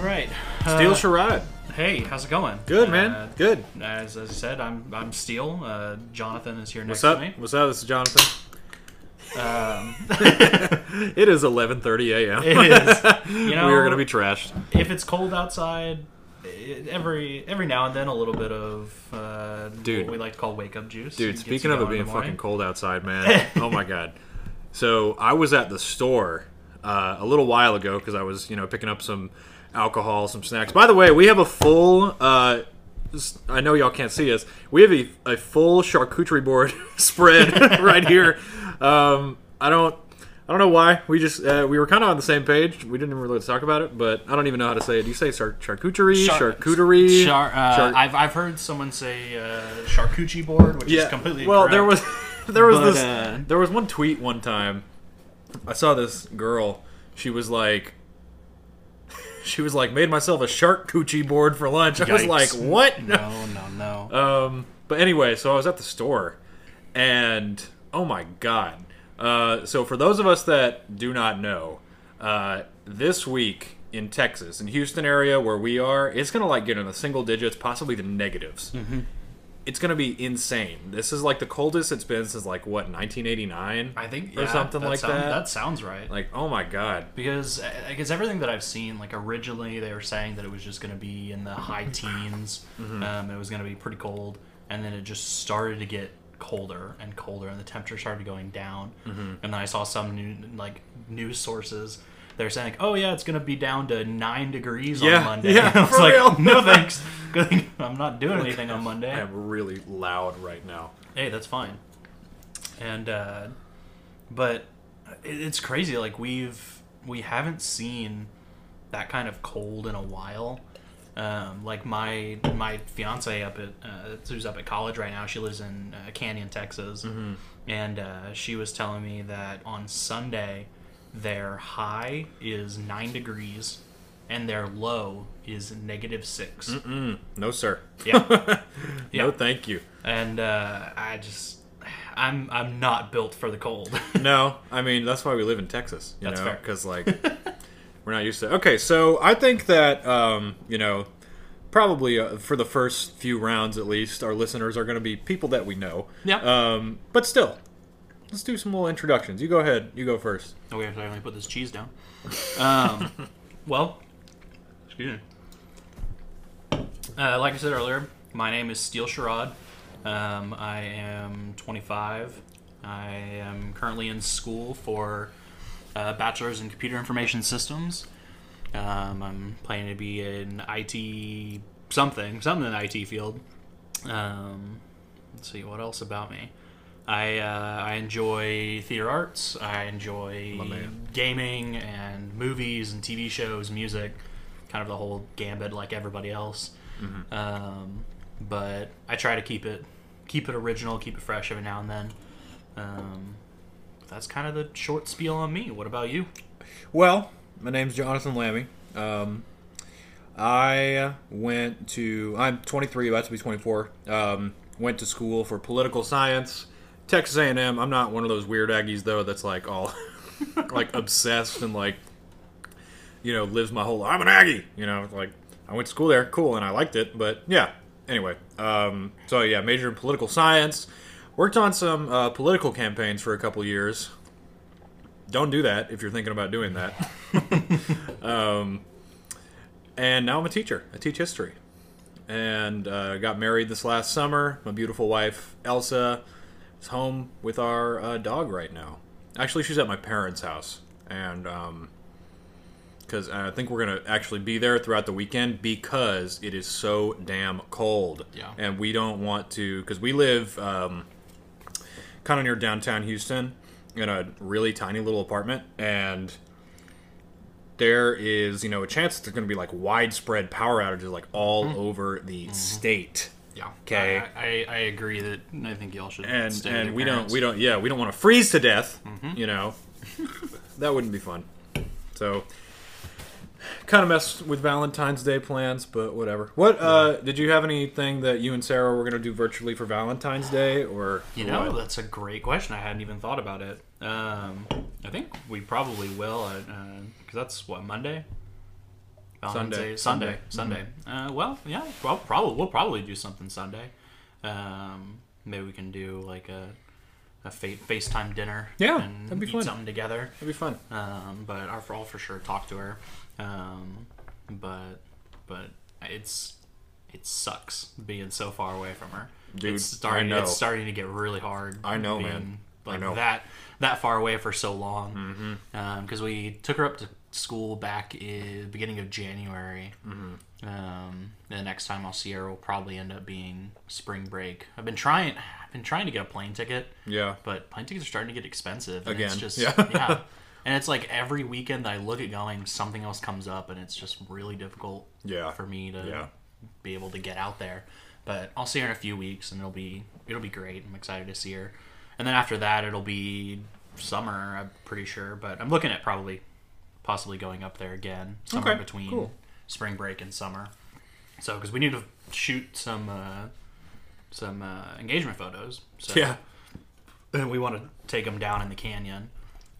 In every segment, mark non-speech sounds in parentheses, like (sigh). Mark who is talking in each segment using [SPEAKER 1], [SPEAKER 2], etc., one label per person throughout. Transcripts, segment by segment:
[SPEAKER 1] right.
[SPEAKER 2] Steel
[SPEAKER 1] Uh,
[SPEAKER 2] Charade.
[SPEAKER 1] Hey, how's it going?
[SPEAKER 2] Good,
[SPEAKER 1] Uh,
[SPEAKER 2] man. Good.
[SPEAKER 1] As, as I said, I'm I'm Steel. Uh, Jonathan is here
[SPEAKER 2] What's
[SPEAKER 1] next
[SPEAKER 2] up? (laughs)
[SPEAKER 1] to me.
[SPEAKER 2] What's up? This is Jonathan.
[SPEAKER 1] Um,
[SPEAKER 2] (laughs) It is 11:30
[SPEAKER 1] (laughs)
[SPEAKER 2] a.m.
[SPEAKER 1] it is. (laughs) You know,
[SPEAKER 2] we are going to be trashed.
[SPEAKER 1] if it's cold outside, it, every every now and then a little bit of uh,
[SPEAKER 2] Dude.
[SPEAKER 1] what we like to call wake up juice.
[SPEAKER 2] Dude,
[SPEAKER 1] gets you
[SPEAKER 2] speaking of it
[SPEAKER 1] going in
[SPEAKER 2] being
[SPEAKER 1] the
[SPEAKER 2] fucking
[SPEAKER 1] morning.
[SPEAKER 2] cold outside, man. oh
[SPEAKER 1] (laughs)
[SPEAKER 2] my god. So I was at the store uh, a little while ago because I was, you know, picking up some alcohol, some snacks. By the way, we have a full. Uh, s- I know y'all can't see us. We have a, a full charcuterie board (laughs) spread (laughs) right here. Um, I don't. I don't know why we just uh, we were kind of on the same page. We didn't even really talk about it, but I don't even know how to say it. Do you say char- charcuterie,
[SPEAKER 1] Char-
[SPEAKER 2] charcuterie,
[SPEAKER 1] Char, uh,
[SPEAKER 2] char-
[SPEAKER 1] I've, I've heard someone say uh, charcuterie board, which is completely
[SPEAKER 2] well there
[SPEAKER 1] correct.
[SPEAKER 2] was there was (laughs)
[SPEAKER 1] But,
[SPEAKER 2] this
[SPEAKER 1] uh,
[SPEAKER 2] there was one tweet one time i saw this girl she was like (laughs) she was like made myself a shark coochie board for lunch i was
[SPEAKER 1] Yikes.
[SPEAKER 2] like what
[SPEAKER 1] no, no,
[SPEAKER 2] (laughs)
[SPEAKER 1] no.
[SPEAKER 2] um, but anyway, so I was at the store, and oh my god! Uh, so for those of us that do not know, uh, this week in Texas, in Houston area where we are, it's gonna like get in the single digits, possibly the negatives.
[SPEAKER 1] Mm-hmm.
[SPEAKER 2] It's gonna be insane. This is like the coldest it's been since like what 1989,
[SPEAKER 1] I think
[SPEAKER 2] or
[SPEAKER 1] yeah,
[SPEAKER 2] something like
[SPEAKER 1] sound-
[SPEAKER 2] that.
[SPEAKER 1] That sounds right.
[SPEAKER 2] Like oh my god,
[SPEAKER 1] because I I guess everything that I've seen, like originally they were saying that it was just going to be in the
[SPEAKER 2] (laughs)
[SPEAKER 1] high teens,
[SPEAKER 2] Mm-hmm.
[SPEAKER 1] um, it was going to be pretty cold, and then it just started to get colder and colder, and the temperature started going down.
[SPEAKER 2] Mm-hmm.
[SPEAKER 1] And then I saw some new like news sources. They're saying, "Oh yeah, it's gonna be down to nine degrees
[SPEAKER 2] Yeah,
[SPEAKER 1] on Monday."
[SPEAKER 2] yeah,
[SPEAKER 1] (laughs) I was
[SPEAKER 2] for
[SPEAKER 1] like,
[SPEAKER 2] real. (laughs)
[SPEAKER 1] "No thanks, (laughs) I'm not doing anything on
[SPEAKER 2] I
[SPEAKER 1] Monday."
[SPEAKER 2] am really loud right now.
[SPEAKER 1] Hey, that's fine. And uh, but it- it's crazy. Like we've we haven't seen that kind of cold in a while. Um, like my my fiance up at uh, who's up at college right now. She lives in uh, Canyon, Texas, and uh, she was telling me that on Sunday their high is nine degrees and their low is negative six.
[SPEAKER 2] No sir,
[SPEAKER 1] Yeah, Yeah.
[SPEAKER 2] no thank you.
[SPEAKER 1] and uh, I just I'm I'm not built for the cold. (laughs)
[SPEAKER 2] No, I mean that's why we live in Texas. You
[SPEAKER 1] That's
[SPEAKER 2] know,
[SPEAKER 1] fair. (laughs)
[SPEAKER 2] because like we're not used to. Okay, so I think that um, you know probably uh, for the first few rounds at least, our listeners are going to be people that we know.
[SPEAKER 1] Yeah.
[SPEAKER 2] Um, but still, let's do some little introductions. You go ahead. You go first.
[SPEAKER 1] Oh, wait, sorry, let me put this cheese down. Um, well, excuse me. Uh, like I said earlier, my name is Steel Sherrod. Um, I am 25. I am currently in school for uh, bachelor's in computer information systems. Um, I'm planning to be in IT something, something in the IT field. Um, let's see what else about me. I uh, I enjoy theater arts. I enjoy
[SPEAKER 2] My man.
[SPEAKER 1] gaming and movies and TV shows, music, kind of the whole gambit like everybody else. Um, but I try to keep it keep it original, keep it fresh every now and then. Um, that's kind of the short spiel on me. What about you?
[SPEAKER 2] Well, my name's Jonathan Lammy. Um, I went to. I'm 23, about to be 24. Um, went to school for political science, Texas A&M. I'm not one of those weird Aggies though. That's like all, (laughs) like obsessed and like, you know, lives my whole. I'm an Aggie. You know, like I went to school there, cool, and I liked it. But yeah. Anyway, um, so yeah, major in political science. Worked on some uh, political campaigns for a couple years don't do that if you're thinking about doing that. um, and now I'm a teacher. I teach history. And uh, got married this last summer. My beautiful wife, Elsa, is home with our uh, dog right now. Actually, she's at my parents' house. And because I think we're going to actually be there throughout the weekend because it is so damn cold.
[SPEAKER 1] Yeah.
[SPEAKER 2] And we don't want to, because we live. Um, kind of near downtown Houston in a really tiny little apartment and there is you know a chance that there's going to be like widespread power outages like all
[SPEAKER 1] Mm-hmm.
[SPEAKER 2] over the state
[SPEAKER 1] Yeah.
[SPEAKER 2] 'Kay.
[SPEAKER 1] I, I, I agree that I think y'all should.
[SPEAKER 2] and
[SPEAKER 1] stay with
[SPEAKER 2] and
[SPEAKER 1] your
[SPEAKER 2] we don't
[SPEAKER 1] parents.
[SPEAKER 2] we don't yeah we don't want to freeze to death
[SPEAKER 1] Mm-hmm. (laughs)
[SPEAKER 2] you know that wouldn't be fun so kind of messed with valentine's day plans but whatever what uh did you have anything that you and sarah were going to do virtually for valentine's day or
[SPEAKER 1] You know,
[SPEAKER 2] what?
[SPEAKER 1] that's a great question. I hadn't even thought about it. uh, Um, I think we probably will because that's what Monday. Valentine's
[SPEAKER 2] Sunday. Mm-hmm.
[SPEAKER 1] Day, Sunday, Sunday. Uh, well, yeah, well, probably we'll probably do something Sunday. Um, maybe we can do like a a fa- FaceTime dinner.
[SPEAKER 2] Yeah,
[SPEAKER 1] and
[SPEAKER 2] that'd be
[SPEAKER 1] eat
[SPEAKER 2] fun.
[SPEAKER 1] something together.
[SPEAKER 2] That'd be fun.
[SPEAKER 1] Um, but I'll, I'll for sure talk to her. Um, but but it's it sucks being so far away from her.
[SPEAKER 2] Dude,
[SPEAKER 1] it's starting.
[SPEAKER 2] I know.
[SPEAKER 1] It's starting to get really hard.
[SPEAKER 2] I know,
[SPEAKER 1] being,
[SPEAKER 2] man. I
[SPEAKER 1] Like
[SPEAKER 2] know. Mm-hmm.
[SPEAKER 1] that that far away for so long. Because we took her up to school back in beginning of January. Mm-hmm. Um, the next time I'll see her will probably end up being spring break. I've been trying. I've been trying to get a plane ticket (laughs)
[SPEAKER 2] Yeah.
[SPEAKER 1] but plane tickets are starting to get expensive. And
[SPEAKER 2] Again,
[SPEAKER 1] it's just
[SPEAKER 2] yeah.
[SPEAKER 1] yeah.
[SPEAKER 2] (laughs)
[SPEAKER 1] And it's like every weekend I look at going, something else comes up, and it's just really difficult
[SPEAKER 2] Yeah.
[SPEAKER 1] for me to
[SPEAKER 2] Yeah.
[SPEAKER 1] be able to get out there. But I'll see her in a few weeks, and it'll be it'll be great. I'm excited to see her. And then after that, it'll be summer. I'm pretty sure, but I'm looking at probably possibly going up there again somewhere
[SPEAKER 2] Okay,
[SPEAKER 1] between
[SPEAKER 2] cool.
[SPEAKER 1] spring break and summer. So because we need to shoot some uh, some uh, engagement photos. So
[SPEAKER 2] Yeah.
[SPEAKER 1] and (laughs) we want to take them down in the canyon,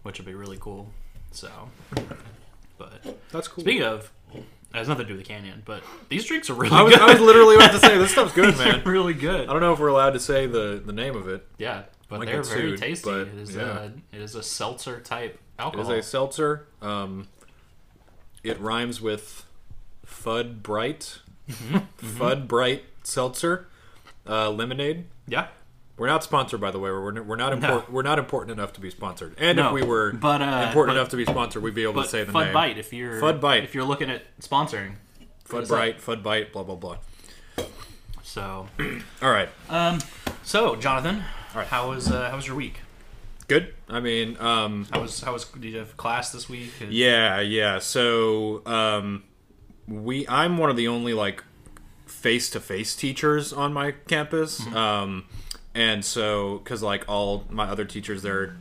[SPEAKER 1] which would be really cool. So, but
[SPEAKER 2] That's cool.
[SPEAKER 1] speaking of, it has nothing to do with the canyon, but these drinks are really
[SPEAKER 2] I was,
[SPEAKER 1] good. (laughs)
[SPEAKER 2] I was literally about to say this stuff's good,
[SPEAKER 1] they're
[SPEAKER 2] man.
[SPEAKER 1] really good.
[SPEAKER 2] I don't know if we're allowed to say the, the name of it.
[SPEAKER 1] Yeah, but
[SPEAKER 2] Might
[SPEAKER 1] they're
[SPEAKER 2] get
[SPEAKER 1] very
[SPEAKER 2] sued,
[SPEAKER 1] tasty.
[SPEAKER 2] but,
[SPEAKER 1] it is
[SPEAKER 2] yeah.
[SPEAKER 1] a it is a seltzer type
[SPEAKER 2] It is
[SPEAKER 1] alcohol.
[SPEAKER 2] a seltzer. Um, it rhymes with Fud Bright.
[SPEAKER 1] Mm-hmm.
[SPEAKER 2] (laughs) Fud Bright Seltzer uh, Lemonade.
[SPEAKER 1] yeah,
[SPEAKER 2] We're not sponsored, by the way. We're we're not important. We're not important enough to be sponsored. And
[SPEAKER 1] No,
[SPEAKER 2] if we were
[SPEAKER 1] but, uh,
[SPEAKER 2] important
[SPEAKER 1] but-
[SPEAKER 2] enough to be sponsored, we'd be able
[SPEAKER 1] but
[SPEAKER 2] to say the
[SPEAKER 1] Fud
[SPEAKER 2] name.
[SPEAKER 1] Bite if you're
[SPEAKER 2] Fud Bite.
[SPEAKER 1] if you're looking at sponsoring.
[SPEAKER 2] Fud
[SPEAKER 1] It's like-
[SPEAKER 2] Bright, Fud Bite, blah blah blah.
[SPEAKER 1] So,
[SPEAKER 2] All right,
[SPEAKER 1] so Jonathan,
[SPEAKER 2] right.
[SPEAKER 1] how was uh, how was your week?
[SPEAKER 2] good. I mean, um,
[SPEAKER 1] How was how was did you have class this week?
[SPEAKER 2] yeah, yeah. So um, we, I'm one of the only like face to face teachers on my campus, um, and so because like all my other teachers, they're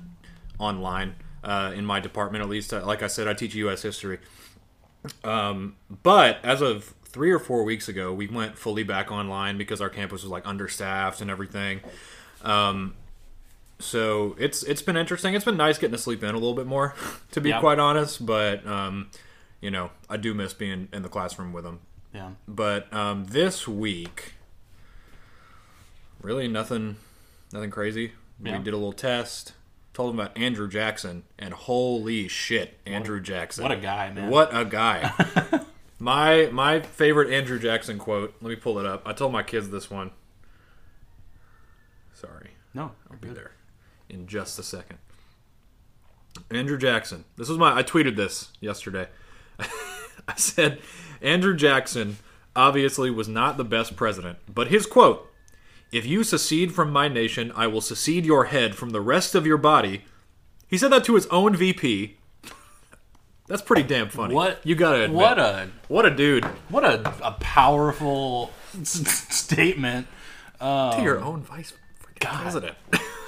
[SPEAKER 2] online uh, in my department at least. Uh, Like I said, I teach U.S. history. Um, But as of three or four weeks ago, we went fully back online because our campus was like understaffed and everything. Um, so it's it's been interesting. It's been nice getting to sleep in a little bit more, (laughs) to be
[SPEAKER 1] Yeah.
[SPEAKER 2] quite honest. But um, you know, I do miss being in the classroom with them.
[SPEAKER 1] yeah.
[SPEAKER 2] But um, this week, really nothing, nothing crazy.
[SPEAKER 1] Yeah.
[SPEAKER 2] We did a little test. Told them about Andrew Jackson, and holy shit, Andrew Jackson!
[SPEAKER 1] What a guy, man.
[SPEAKER 2] What a guy.
[SPEAKER 1] (laughs)
[SPEAKER 2] my my favorite Andrew Jackson quote. Let me pull it up. I told my kids this one. Sorry.
[SPEAKER 1] No,
[SPEAKER 2] I'll be there in just a second. Andrew Jackson. This is my I tweeted this yesterday. (laughs) I said Andrew Jackson obviously was not the best president, but his quote, "If you secede from my nation, I will secede your head from the rest of your body." He said that to his own VP. (laughs) That's pretty damn funny.
[SPEAKER 1] What-
[SPEAKER 2] you gotta admit.
[SPEAKER 1] what a
[SPEAKER 2] what a dude
[SPEAKER 1] What a, a powerful s- s- statement.
[SPEAKER 2] to your
[SPEAKER 1] Um,
[SPEAKER 2] own vice freaking president.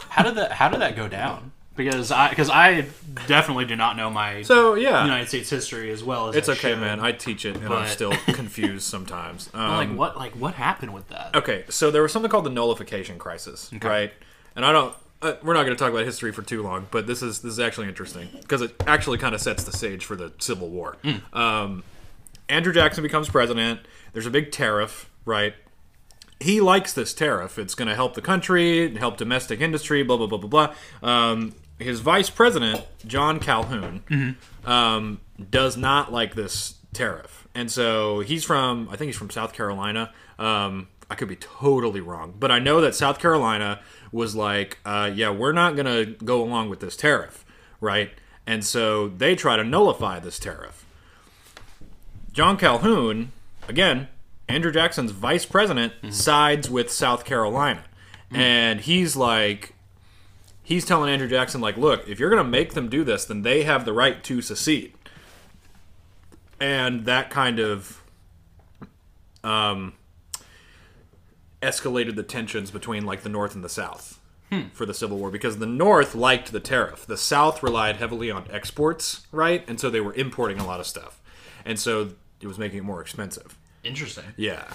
[SPEAKER 1] How did that How did that go down? Because I because I definitely do not know my
[SPEAKER 2] so yeah,
[SPEAKER 1] United States history as well as
[SPEAKER 2] it's
[SPEAKER 1] I
[SPEAKER 2] okay,
[SPEAKER 1] should.
[SPEAKER 2] man. I teach it, and I'm
[SPEAKER 1] but-
[SPEAKER 2] still
[SPEAKER 1] (laughs)
[SPEAKER 2] confused sometimes. Um,
[SPEAKER 1] Like what like what happened with that?
[SPEAKER 2] okay, so there was something called the nullification crisis, right? And I don't. Uh, we're not going to talk about history for too long, but this is this is actually interesting because it actually kind of sets the stage for the Civil War. Um, Andrew Jackson becomes president. There's a big tariff, right? He likes this tariff. It's going to help the country, help domestic industry, blah blah blah blah blah. Um, his vice president, John Calhoun, um, does not like this tariff. And so he's from, I think he's from South Carolina. Um, I could be totally wrong, but I know that South Carolina was like, uh, yeah, we're not going to go along with this tariff, right? And so they try to nullify this tariff. John Calhoun, again, Andrew Jackson's vice president, sides with South Carolina. And he's like, he's telling Andrew Jackson, like, look, if you're going to make them do this, then they have the right to secede. And that kind of um, escalated the tensions between, like, the North and the South for the Civil War because the North liked the tariff. The South relied heavily on exports, right? And so they were importing a lot of stuff. And so it was making it more expensive.
[SPEAKER 1] Interesting.
[SPEAKER 2] Yeah.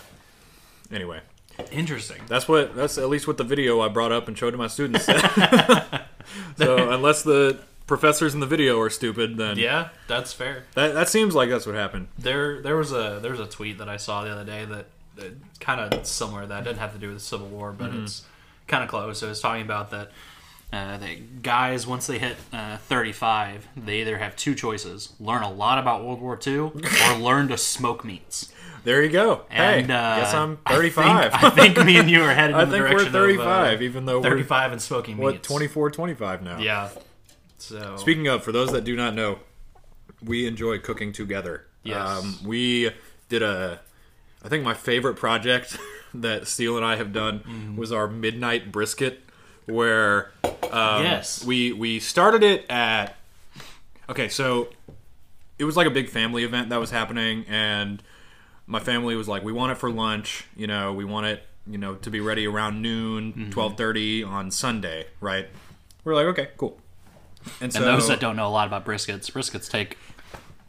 [SPEAKER 2] Anyway,
[SPEAKER 1] Interesting.
[SPEAKER 2] that's what that's at least what the video I brought up and showed to my students. said. (laughs) so unless the professors in the video are stupid, then
[SPEAKER 1] Yeah, that's fair.
[SPEAKER 2] that, that seems like that's what happened.
[SPEAKER 1] There, there was a there was a tweet that I saw the other day that, that kind of similar. to That it didn't have to do with the Civil War, but
[SPEAKER 2] Mm-hmm.
[SPEAKER 1] it's kind of close. So it was talking about that. Uh, that guys, once they hit uh, 35, they either have two choices: learn a lot about World War II
[SPEAKER 2] (laughs)
[SPEAKER 1] or learn to smoke meats.
[SPEAKER 2] There you go.
[SPEAKER 1] And
[SPEAKER 2] hey,
[SPEAKER 1] uh,
[SPEAKER 2] guess I'm
[SPEAKER 1] I think-
[SPEAKER 2] 35. (laughs)
[SPEAKER 1] I think, me and you are headed
[SPEAKER 2] I
[SPEAKER 1] in the
[SPEAKER 2] think
[SPEAKER 1] direction
[SPEAKER 2] we're
[SPEAKER 1] of,
[SPEAKER 2] 35,
[SPEAKER 1] uh,
[SPEAKER 2] even though
[SPEAKER 1] 35 and smoking
[SPEAKER 2] we're what
[SPEAKER 1] meats.
[SPEAKER 2] 24, 25 now.
[SPEAKER 1] Yeah. So
[SPEAKER 2] Speaking of, for those that do not know, we enjoy cooking together. Um,
[SPEAKER 1] Yes.
[SPEAKER 2] we did a, I think my favorite project (laughs) that Steele and I have done
[SPEAKER 1] Mm-hmm.
[SPEAKER 2] was our midnight brisket, where um,
[SPEAKER 1] Yes.
[SPEAKER 2] we we started it at. Okay, so it was like a big family event that was happening, and my family was like, "We want it for lunch. You know, we want it, you know, to be ready around
[SPEAKER 1] Mm-hmm.
[SPEAKER 2] noon, twelve thirty on Sunday, right?" We're like, "Okay, cool." so
[SPEAKER 1] And those that don't know a lot about briskets, briskets take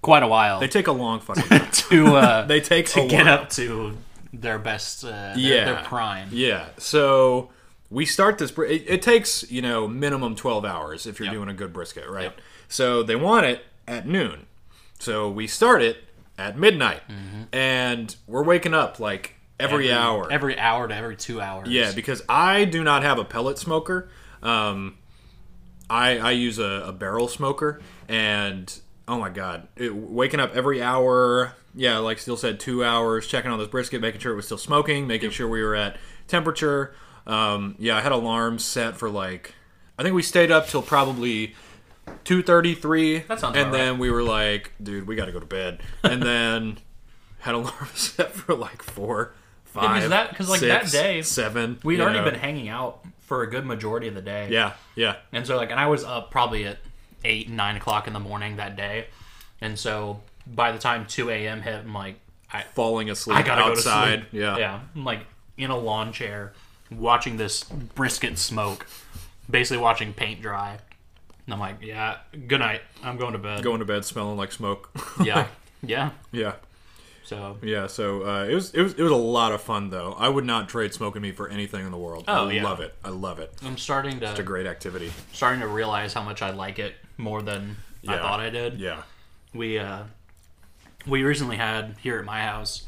[SPEAKER 1] quite a while
[SPEAKER 2] They take a long fucking. Time.
[SPEAKER 1] (laughs) to uh,
[SPEAKER 2] They take
[SPEAKER 1] to (laughs)
[SPEAKER 2] a
[SPEAKER 1] get
[SPEAKER 2] while.
[SPEAKER 1] up to their best, uh, their,
[SPEAKER 2] Yeah.
[SPEAKER 1] their prime.
[SPEAKER 2] yeah. So we start this. br- It, it takes you know minimum twelve hours if you're
[SPEAKER 1] Yep.
[SPEAKER 2] doing a good brisket, right?
[SPEAKER 1] Yep.
[SPEAKER 2] So they want it at noon. So we start it at midnight, and we're waking up like every, hour.
[SPEAKER 1] Mm-hmm. every hour to every two hours.
[SPEAKER 2] Yeah, because I do not have a pellet smoker. Um, I I use a, a barrel smoker, and oh my god, it, waking up every hour. Yeah, like Steele said, two hours checking on this brisket, making sure it was still smoking, making sure we were at temperature. Um, yeah, I had alarms set for like, I think we stayed up till probably two thirty three.
[SPEAKER 1] That sounds
[SPEAKER 2] And
[SPEAKER 1] about
[SPEAKER 2] then we were like, dude, we got to go to bed.
[SPEAKER 1] (laughs)
[SPEAKER 2] And then had alarms (laughs) set for like four. Five,
[SPEAKER 1] because that- 'cause, like, that
[SPEAKER 2] six,
[SPEAKER 1] day,
[SPEAKER 2] seven.
[SPEAKER 1] we'd
[SPEAKER 2] you
[SPEAKER 1] already
[SPEAKER 2] know.
[SPEAKER 1] been hanging out for a good majority of the day.
[SPEAKER 2] Yeah, yeah.
[SPEAKER 1] and so like, and I was up probably at eight, nine o'clock in the morning that day, and so by the time two a.m. hit, I'm like, I,
[SPEAKER 2] Falling asleep
[SPEAKER 1] I gotta
[SPEAKER 2] outside.
[SPEAKER 1] go to sleep.
[SPEAKER 2] Yeah.
[SPEAKER 1] yeah. I'm like in a lawn chair, watching this brisket smoke, basically watching paint dry. And I'm like, yeah, good night. I'm going to bed.
[SPEAKER 2] Going to bed smelling like smoke. (laughs)
[SPEAKER 1] yeah, yeah.
[SPEAKER 2] yeah.
[SPEAKER 1] So
[SPEAKER 2] Yeah. So uh, it was it was it was a lot of fun though. I would not trade smoking meat for anything in the world.
[SPEAKER 1] Oh,
[SPEAKER 2] I
[SPEAKER 1] yeah.
[SPEAKER 2] love it. I love it.
[SPEAKER 1] I'm starting to
[SPEAKER 2] It's a great activity.
[SPEAKER 1] starting to realize how much I like it more than I
[SPEAKER 2] Yeah.
[SPEAKER 1] thought I did.
[SPEAKER 2] Yeah.
[SPEAKER 1] we uh, we recently had here at my house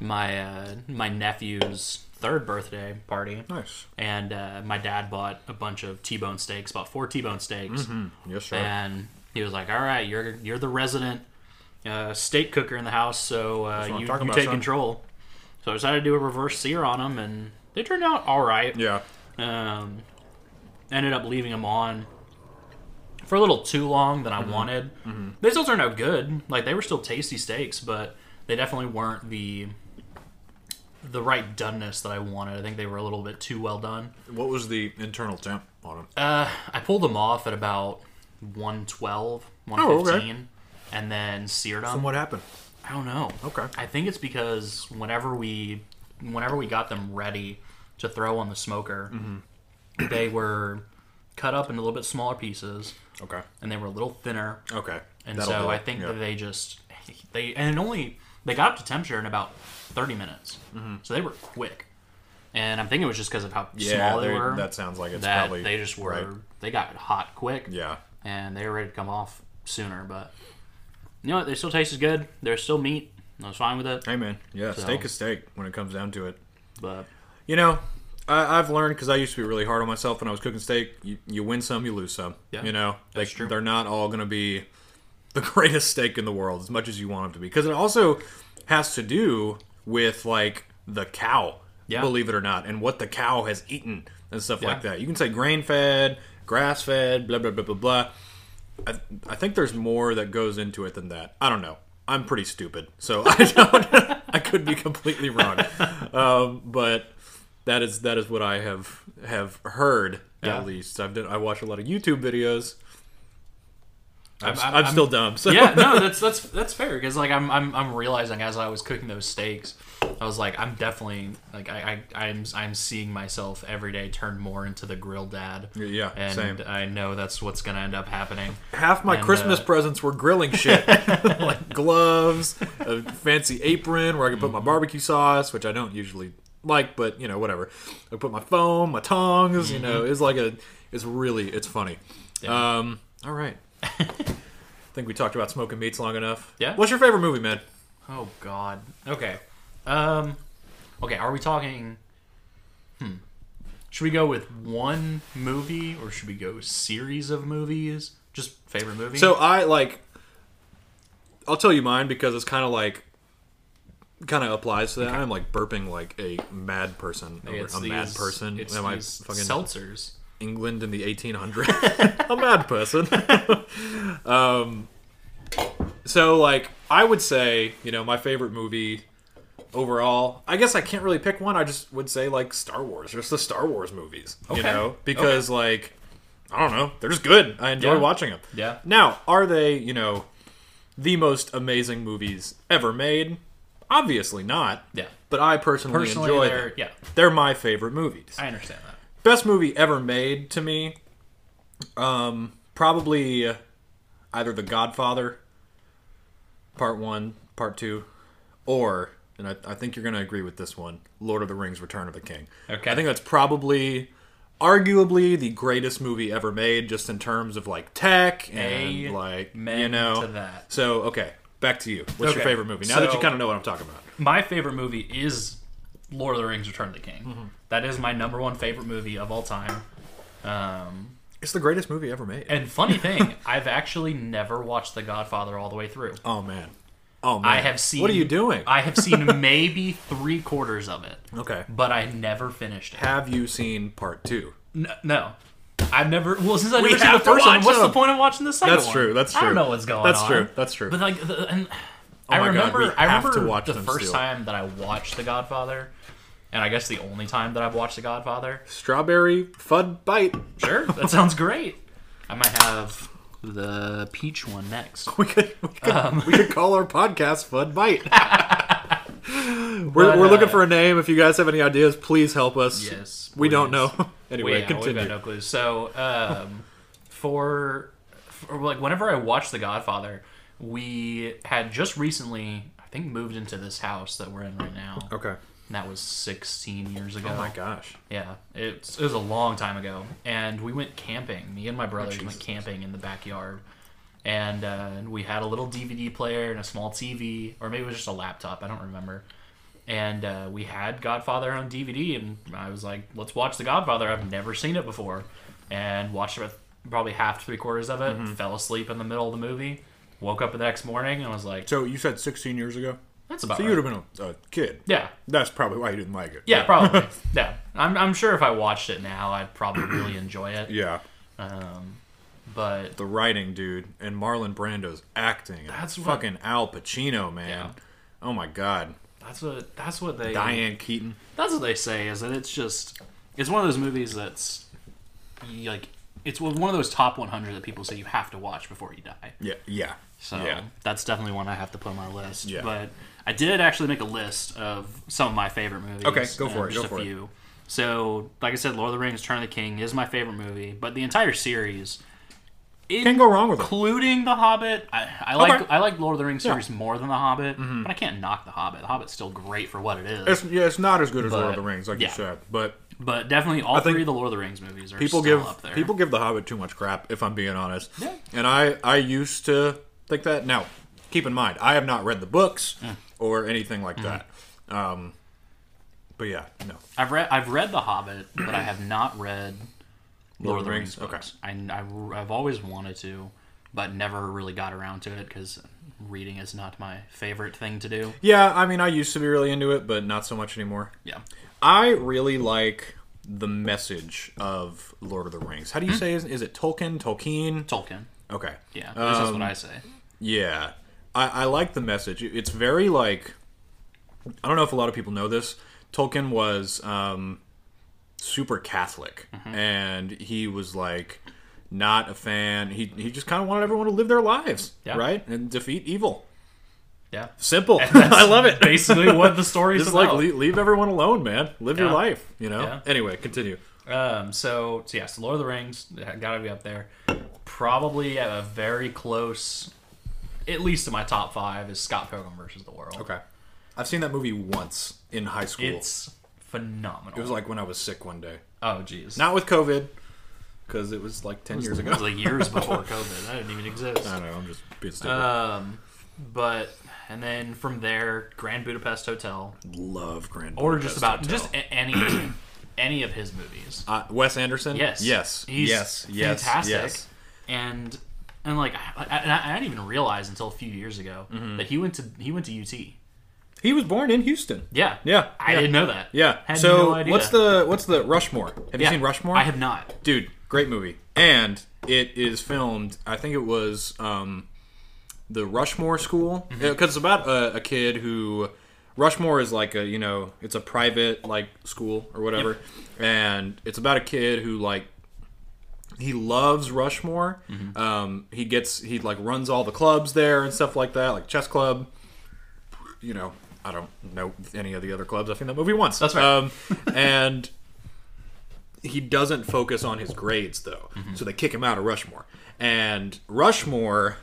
[SPEAKER 1] my uh, my nephew's third birthday party,
[SPEAKER 2] Nice.
[SPEAKER 1] and uh, my dad bought a bunch of T-bone steaks, bought four T-bone steaks,
[SPEAKER 2] Yes, sir.
[SPEAKER 1] and he was like, "All right, you're you're the resident uh, steak cooker in the house, so uh,
[SPEAKER 2] what I'm
[SPEAKER 1] you,
[SPEAKER 2] talking
[SPEAKER 1] you
[SPEAKER 2] about,
[SPEAKER 1] take
[SPEAKER 2] son."
[SPEAKER 1] control." So I decided to do a reverse sear on them, and they turned out all right.
[SPEAKER 2] yeah.
[SPEAKER 1] Um, ended up leaving them on for a little too long than I
[SPEAKER 2] Mm-hmm.
[SPEAKER 1] wanted. They still turned out good. Like they were still tasty steaks, but they definitely weren't the the right doneness that I wanted. I think they were a little bit too well done.
[SPEAKER 2] What was the internal temp on him?
[SPEAKER 1] Uh, I pulled them off at about 112,
[SPEAKER 2] Oh, okay.
[SPEAKER 1] 115, and then seared them.
[SPEAKER 2] what happened?
[SPEAKER 1] I don't know.
[SPEAKER 2] Okay.
[SPEAKER 1] I think it's because whenever we whenever we got them ready to throw on the smoker,
[SPEAKER 2] Mm-hmm.
[SPEAKER 1] they were cut up into a little bit smaller pieces
[SPEAKER 2] Okay.
[SPEAKER 1] and they were a little thinner.
[SPEAKER 2] Okay.
[SPEAKER 1] And
[SPEAKER 2] That'll
[SPEAKER 1] so
[SPEAKER 2] do
[SPEAKER 1] I
[SPEAKER 2] it.
[SPEAKER 1] think
[SPEAKER 2] Yeah.
[SPEAKER 1] that they just they and it only they got up to temperature in about 30 minutes. So they were quick. And I'm thinking it was just because of how
[SPEAKER 2] Mm-hmm. yeah,
[SPEAKER 1] small they
[SPEAKER 2] they're-
[SPEAKER 1] were
[SPEAKER 2] That sounds like it's
[SPEAKER 1] that
[SPEAKER 2] probably
[SPEAKER 1] they just were
[SPEAKER 2] right.
[SPEAKER 1] they got hot quick
[SPEAKER 2] Yeah.
[SPEAKER 1] and they were ready to come off sooner, but you know what? They still tasted good. There's still meat. I was fine with it.
[SPEAKER 2] Hey man. Yeah. Steak is steak when it comes down to it.
[SPEAKER 1] But
[SPEAKER 2] You know, I, I've learned because I used to be really hard on myself when I was cooking steak. You, you win some, you lose some.
[SPEAKER 1] Yeah,
[SPEAKER 2] you know,
[SPEAKER 1] that's
[SPEAKER 2] They-
[SPEAKER 1] true.
[SPEAKER 2] They're not all going to be (laughs) the greatest steak in the world as much as you want them to be, because it also has to do with like the cow,
[SPEAKER 1] Yeah.
[SPEAKER 2] believe it or not, and what the cow has eaten and stuff like
[SPEAKER 1] Yeah.
[SPEAKER 2] that. You can say grain fed, grass fed, blah blah blah blah blah. I, I think there's more that goes into it than that. I don't know. I'm pretty stupid, so (laughs) I don't. I could be completely wrong, um, but that is that is what I have have heard
[SPEAKER 1] Yeah.
[SPEAKER 2] at least. I've done, I watch a lot of YouTube videos. I'm,
[SPEAKER 1] I'm-
[SPEAKER 2] I'm,
[SPEAKER 1] I'm-
[SPEAKER 2] still dumb. So
[SPEAKER 1] yeah, no, that's that's that's fair because like I'm, I'm I'm realizing as I was cooking those steaks, I was like I'm definitely like I, I I'm I'm seeing myself every day turn more into the grill dad.
[SPEAKER 2] Yeah,
[SPEAKER 1] and
[SPEAKER 2] same.
[SPEAKER 1] I know that's what's gonna end up happening.
[SPEAKER 2] (laughs) half my
[SPEAKER 1] And,
[SPEAKER 2] Christmas
[SPEAKER 1] uh,
[SPEAKER 2] presents were
[SPEAKER 1] (laughs)
[SPEAKER 2] grilling shit, like gloves, a fancy apron where I could
[SPEAKER 1] Mm.
[SPEAKER 2] put my barbecue sauce, which I don't usually like, but you know whatever. I put my
[SPEAKER 1] Mm-hmm.
[SPEAKER 2] phone, my tongs. You know, it's like a. It's really it's funny. Um. All right. (laughs) I think we talked about smoking meats long enough.
[SPEAKER 1] Yeah.
[SPEAKER 2] What's your favorite movie, man?
[SPEAKER 1] Oh God. Okay. Um. Okay. Are we talking? Hmm. Should we go with one movie or should we go series of movies? Just favorite movie.
[SPEAKER 2] So I like. I'll tell you mine because it's kind of like. Kind of applies to that. I'm like burping like a mad person.
[SPEAKER 1] Hey, it's
[SPEAKER 2] a mad
[SPEAKER 1] these-
[SPEAKER 2] person.
[SPEAKER 1] It's
[SPEAKER 2] Am I
[SPEAKER 1] these
[SPEAKER 2] fucking
[SPEAKER 1] seltzers.
[SPEAKER 2] England in the 1800s? (laughs) a mad person. (laughs) um, so like I would say you know my favorite movie overall. I guess I can't really pick one. I just would say like Star Wars. Just the Star Wars movies.
[SPEAKER 1] Okay.
[SPEAKER 2] You know because like I don't know they're just good. I enjoy
[SPEAKER 1] Yeah.
[SPEAKER 2] watching them.
[SPEAKER 1] Yeah.
[SPEAKER 2] Now, are they, you know, the most amazing movies ever made? Obviously not.
[SPEAKER 1] Yeah.
[SPEAKER 2] But I personally,
[SPEAKER 1] Personally,
[SPEAKER 2] enjoy
[SPEAKER 1] they're-
[SPEAKER 2] them.
[SPEAKER 1] yeah.
[SPEAKER 2] They're my favorite movies.
[SPEAKER 1] I understand that.
[SPEAKER 2] Best movie ever made to me, um, probably either The Godfather, Part 1, Part 2, or, and I, I think you're going to agree with this one, Lord of the Rings Return of the King.
[SPEAKER 1] Okay.
[SPEAKER 2] I think that's probably. Arguably the greatest movie ever made, just in terms of like tech and like you
[SPEAKER 1] Amen
[SPEAKER 2] know
[SPEAKER 1] to that.
[SPEAKER 2] So okay, back to you. What's your
[SPEAKER 1] Okay,
[SPEAKER 2] favorite movie? Now that you
[SPEAKER 1] so-
[SPEAKER 2] kind of know what I'm talking about.
[SPEAKER 1] My favorite movie is Lord of the Rings: Return of the King.
[SPEAKER 2] Mm-hmm.
[SPEAKER 1] That is my number one favorite movie of all time. Um,
[SPEAKER 2] It's the greatest movie ever made.
[SPEAKER 1] And funny thing,
[SPEAKER 2] (laughs)
[SPEAKER 1] I've actually never watched The Godfather all the way through.
[SPEAKER 2] oh man, oh man.
[SPEAKER 1] I have seen.
[SPEAKER 2] What are you doing?
[SPEAKER 1] I have
[SPEAKER 2] (laughs)
[SPEAKER 1] seen maybe three quarters of it,
[SPEAKER 2] okay.
[SPEAKER 1] but I never finished it.
[SPEAKER 2] Have you seen part two?
[SPEAKER 1] N- no, I've never. Well, since I never seen
[SPEAKER 2] have
[SPEAKER 1] the
[SPEAKER 2] to
[SPEAKER 1] first one,
[SPEAKER 2] watch
[SPEAKER 1] what's the
[SPEAKER 2] them.
[SPEAKER 1] point of watching the second
[SPEAKER 2] That's
[SPEAKER 1] one?
[SPEAKER 2] true, that's
[SPEAKER 1] I don't
[SPEAKER 2] true.
[SPEAKER 1] know what's going
[SPEAKER 2] That's
[SPEAKER 1] on.
[SPEAKER 2] true, that's true.
[SPEAKER 1] But like, the, and
[SPEAKER 2] Oh my
[SPEAKER 1] I
[SPEAKER 2] God,
[SPEAKER 1] remember.
[SPEAKER 2] we
[SPEAKER 1] I
[SPEAKER 2] have to
[SPEAKER 1] remember
[SPEAKER 2] watch
[SPEAKER 1] the
[SPEAKER 2] them
[SPEAKER 1] first
[SPEAKER 2] still.
[SPEAKER 1] time that I watched The Godfather, and I guess the only time that I've watched The Godfather.
[SPEAKER 2] Strawberry Fud Bite. (laughs)
[SPEAKER 1] Sure, (laughs) that sounds great. I might have the peach one next.
[SPEAKER 2] We could we could,
[SPEAKER 1] Um.
[SPEAKER 2] we could call our podcast
[SPEAKER 1] (laughs)
[SPEAKER 2] Fud Bite. we're,
[SPEAKER 1] But,
[SPEAKER 2] we're
[SPEAKER 1] uh,
[SPEAKER 2] looking for a name. If you guys have any ideas, please help us.
[SPEAKER 1] Yes,
[SPEAKER 2] we don't
[SPEAKER 1] please.
[SPEAKER 2] know. (laughs) anyway,
[SPEAKER 1] yeah,
[SPEAKER 2] continue.
[SPEAKER 1] We've got no clues. So, um, for, for like whenever I watched The Godfather, we had just recently, I think, moved into this house that we're in right now.
[SPEAKER 2] Okay.
[SPEAKER 1] And that was 16 years ago.
[SPEAKER 2] Oh my gosh.
[SPEAKER 1] Yeah, it's, it was a long time ago, and we went camping. Me and my brothers went
[SPEAKER 2] Oh, Jesus.
[SPEAKER 1] camping in the backyard, and uh, we had a little DVD player and a small TV, or maybe it was just a laptop. I don't remember. And uh, we had Godfather on DVD, and I was like, "Let's watch The Godfather." I've never seen it before, and watched about probably half to three quarters of
[SPEAKER 2] Mm-hmm.
[SPEAKER 1] it. Fell asleep in the middle of the movie. Woke up the next morning and was like,
[SPEAKER 2] So you said 16 years ago.
[SPEAKER 1] "That's about."
[SPEAKER 2] So
[SPEAKER 1] right.
[SPEAKER 2] you would have been a, a kid.
[SPEAKER 1] yeah,
[SPEAKER 2] That's probably why you didn't like it.
[SPEAKER 1] yeah,
[SPEAKER 2] (laughs)
[SPEAKER 1] probably. yeah, I'm, I'm sure if I watched it now, I'd probably really enjoy it.
[SPEAKER 2] (clears throat) Yeah.
[SPEAKER 1] Um, but
[SPEAKER 2] The writing, dude, and Marlon Brando's acting. and
[SPEAKER 1] That's what-
[SPEAKER 2] fucking Al Pacino, man.
[SPEAKER 1] Yeah.
[SPEAKER 2] Oh my god.
[SPEAKER 1] that's what that's what they
[SPEAKER 2] Diane Keaton.
[SPEAKER 1] that's what they say is that it's just it's one of those movies that's you, like it's one of those top 100 that people say you have to watch before you die.
[SPEAKER 2] Yeah. Yeah.
[SPEAKER 1] So
[SPEAKER 2] Yeah.
[SPEAKER 1] that's definitely one I have to put on my list.
[SPEAKER 2] Yeah.
[SPEAKER 1] But I did actually make a list of some of my favorite movies.
[SPEAKER 2] Okay, go for
[SPEAKER 1] um,
[SPEAKER 2] it,
[SPEAKER 1] Just
[SPEAKER 2] go for
[SPEAKER 1] a
[SPEAKER 2] it.
[SPEAKER 1] few. So, like I said, Lord of the Rings: Return of the King is my favorite movie, but the entire series,
[SPEAKER 2] Can't go wrong with it.
[SPEAKER 1] including The Hobbit. I, I like
[SPEAKER 2] Okay. Mm-hmm.
[SPEAKER 1] I like Lord of the Rings series more than The Hobbit, but I can't knock The Hobbit. The Hobbit's still great for what it is.
[SPEAKER 2] It's, yeah, it's not as good as Lord of
[SPEAKER 1] But-
[SPEAKER 2] the Rings, like
[SPEAKER 1] yeah.
[SPEAKER 2] you said. But
[SPEAKER 1] but definitely all
[SPEAKER 2] think
[SPEAKER 1] three of the Lord of the Rings movies are
[SPEAKER 2] people
[SPEAKER 1] still
[SPEAKER 2] give
[SPEAKER 1] up there.
[SPEAKER 2] people give The Hobbit too much crap, if I'm being honest.
[SPEAKER 1] Yeah.
[SPEAKER 2] And I I used to think that. Now, keep in mind, I have not read the books or anything like that. Um, but yeah, no.
[SPEAKER 1] I've read I've read The Hobbit, but I have not read Lord, of the Rings.
[SPEAKER 2] Okay.
[SPEAKER 1] books. I, I have always wanted to, but never really got around to it because reading is not my favorite thing to do.
[SPEAKER 2] Yeah, I mean, I used to be really into it, but not so much anymore.
[SPEAKER 1] Yeah.
[SPEAKER 2] I really like the message of Lord of the Rings. How do you say is, is it Tolkien? Tolkien?
[SPEAKER 1] Tolkien.
[SPEAKER 2] Okay.
[SPEAKER 1] Yeah. This
[SPEAKER 2] Um,
[SPEAKER 1] is what I say.
[SPEAKER 2] Yeah, I, I like the message. It- It's very like I don't know if a lot of people know this. Tolkien was um, super Catholic,
[SPEAKER 1] Mm-hmm.
[SPEAKER 2] and he was like not a fan. He he just kind of wanted everyone to live their lives,
[SPEAKER 1] Yeah.
[SPEAKER 2] right, and defeat evil.
[SPEAKER 1] Yeah.
[SPEAKER 2] Simple. (laughs) I love it.
[SPEAKER 1] Basically, what the story's
[SPEAKER 2] Just like
[SPEAKER 1] about.
[SPEAKER 2] leave, leave everyone alone, man. Live your
[SPEAKER 1] Yeah.
[SPEAKER 2] life. You know.
[SPEAKER 1] Yeah.
[SPEAKER 2] Anyway, continue.
[SPEAKER 1] Um, so, so yes, Lord of the Rings got to be up there. Probably at a very close, at least in my top five, is Scott Pilgrim versus the World.
[SPEAKER 2] Okay. I've seen that movie once in high school.
[SPEAKER 1] It's phenomenal.
[SPEAKER 2] it was like when I was sick one day.
[SPEAKER 1] oh, jeez.
[SPEAKER 2] Not with COVID. because it was like ten
[SPEAKER 1] was-
[SPEAKER 2] years ago.
[SPEAKER 3] It was like
[SPEAKER 2] (laughs)
[SPEAKER 3] years before COVID. I didn't even exist.
[SPEAKER 2] I don't know. I'm just being stupid.
[SPEAKER 1] Um, but and then from there, Grand Budapest Hotel,
[SPEAKER 2] Love Grand
[SPEAKER 1] or just
[SPEAKER 2] Budapest
[SPEAKER 1] about
[SPEAKER 2] Hotel.
[SPEAKER 1] just a- any (clears throat) any of his movies.
[SPEAKER 2] uh, Wes Anderson.
[SPEAKER 1] Yes,
[SPEAKER 2] Yes.
[SPEAKER 1] he's
[SPEAKER 2] yes. Yes.
[SPEAKER 1] fantastic.
[SPEAKER 2] Yes.
[SPEAKER 1] And and like I, I, and I didn't even realize until a few years ago
[SPEAKER 2] Mm-hmm.
[SPEAKER 1] that he went to he went to UT.
[SPEAKER 2] He was born in Houston.
[SPEAKER 1] Yeah,
[SPEAKER 2] Yeah,
[SPEAKER 1] I
[SPEAKER 2] yeah.
[SPEAKER 1] didn't know that.
[SPEAKER 2] Yeah.
[SPEAKER 1] Had
[SPEAKER 2] so
[SPEAKER 1] no idea.
[SPEAKER 2] what's the what's the Rushmore? Have
[SPEAKER 1] Yeah.
[SPEAKER 2] you seen Rushmore?
[SPEAKER 1] I have not.
[SPEAKER 2] Dude, great movie. And it is filmed. I think it was um, the Rushmore School because it's about a, a kid who Rushmore is like a you know it's a private like school or whatever, and it's about a kid who like he loves Rushmore. Um, he gets he like runs all the clubs there and stuff like that, like chess club. You know, I don't know any of the other clubs. I've seen that movie once.
[SPEAKER 1] That's right.
[SPEAKER 2] Um, and he doesn't focus on his grades though, so they kick him out of Rushmore. And Rushmore,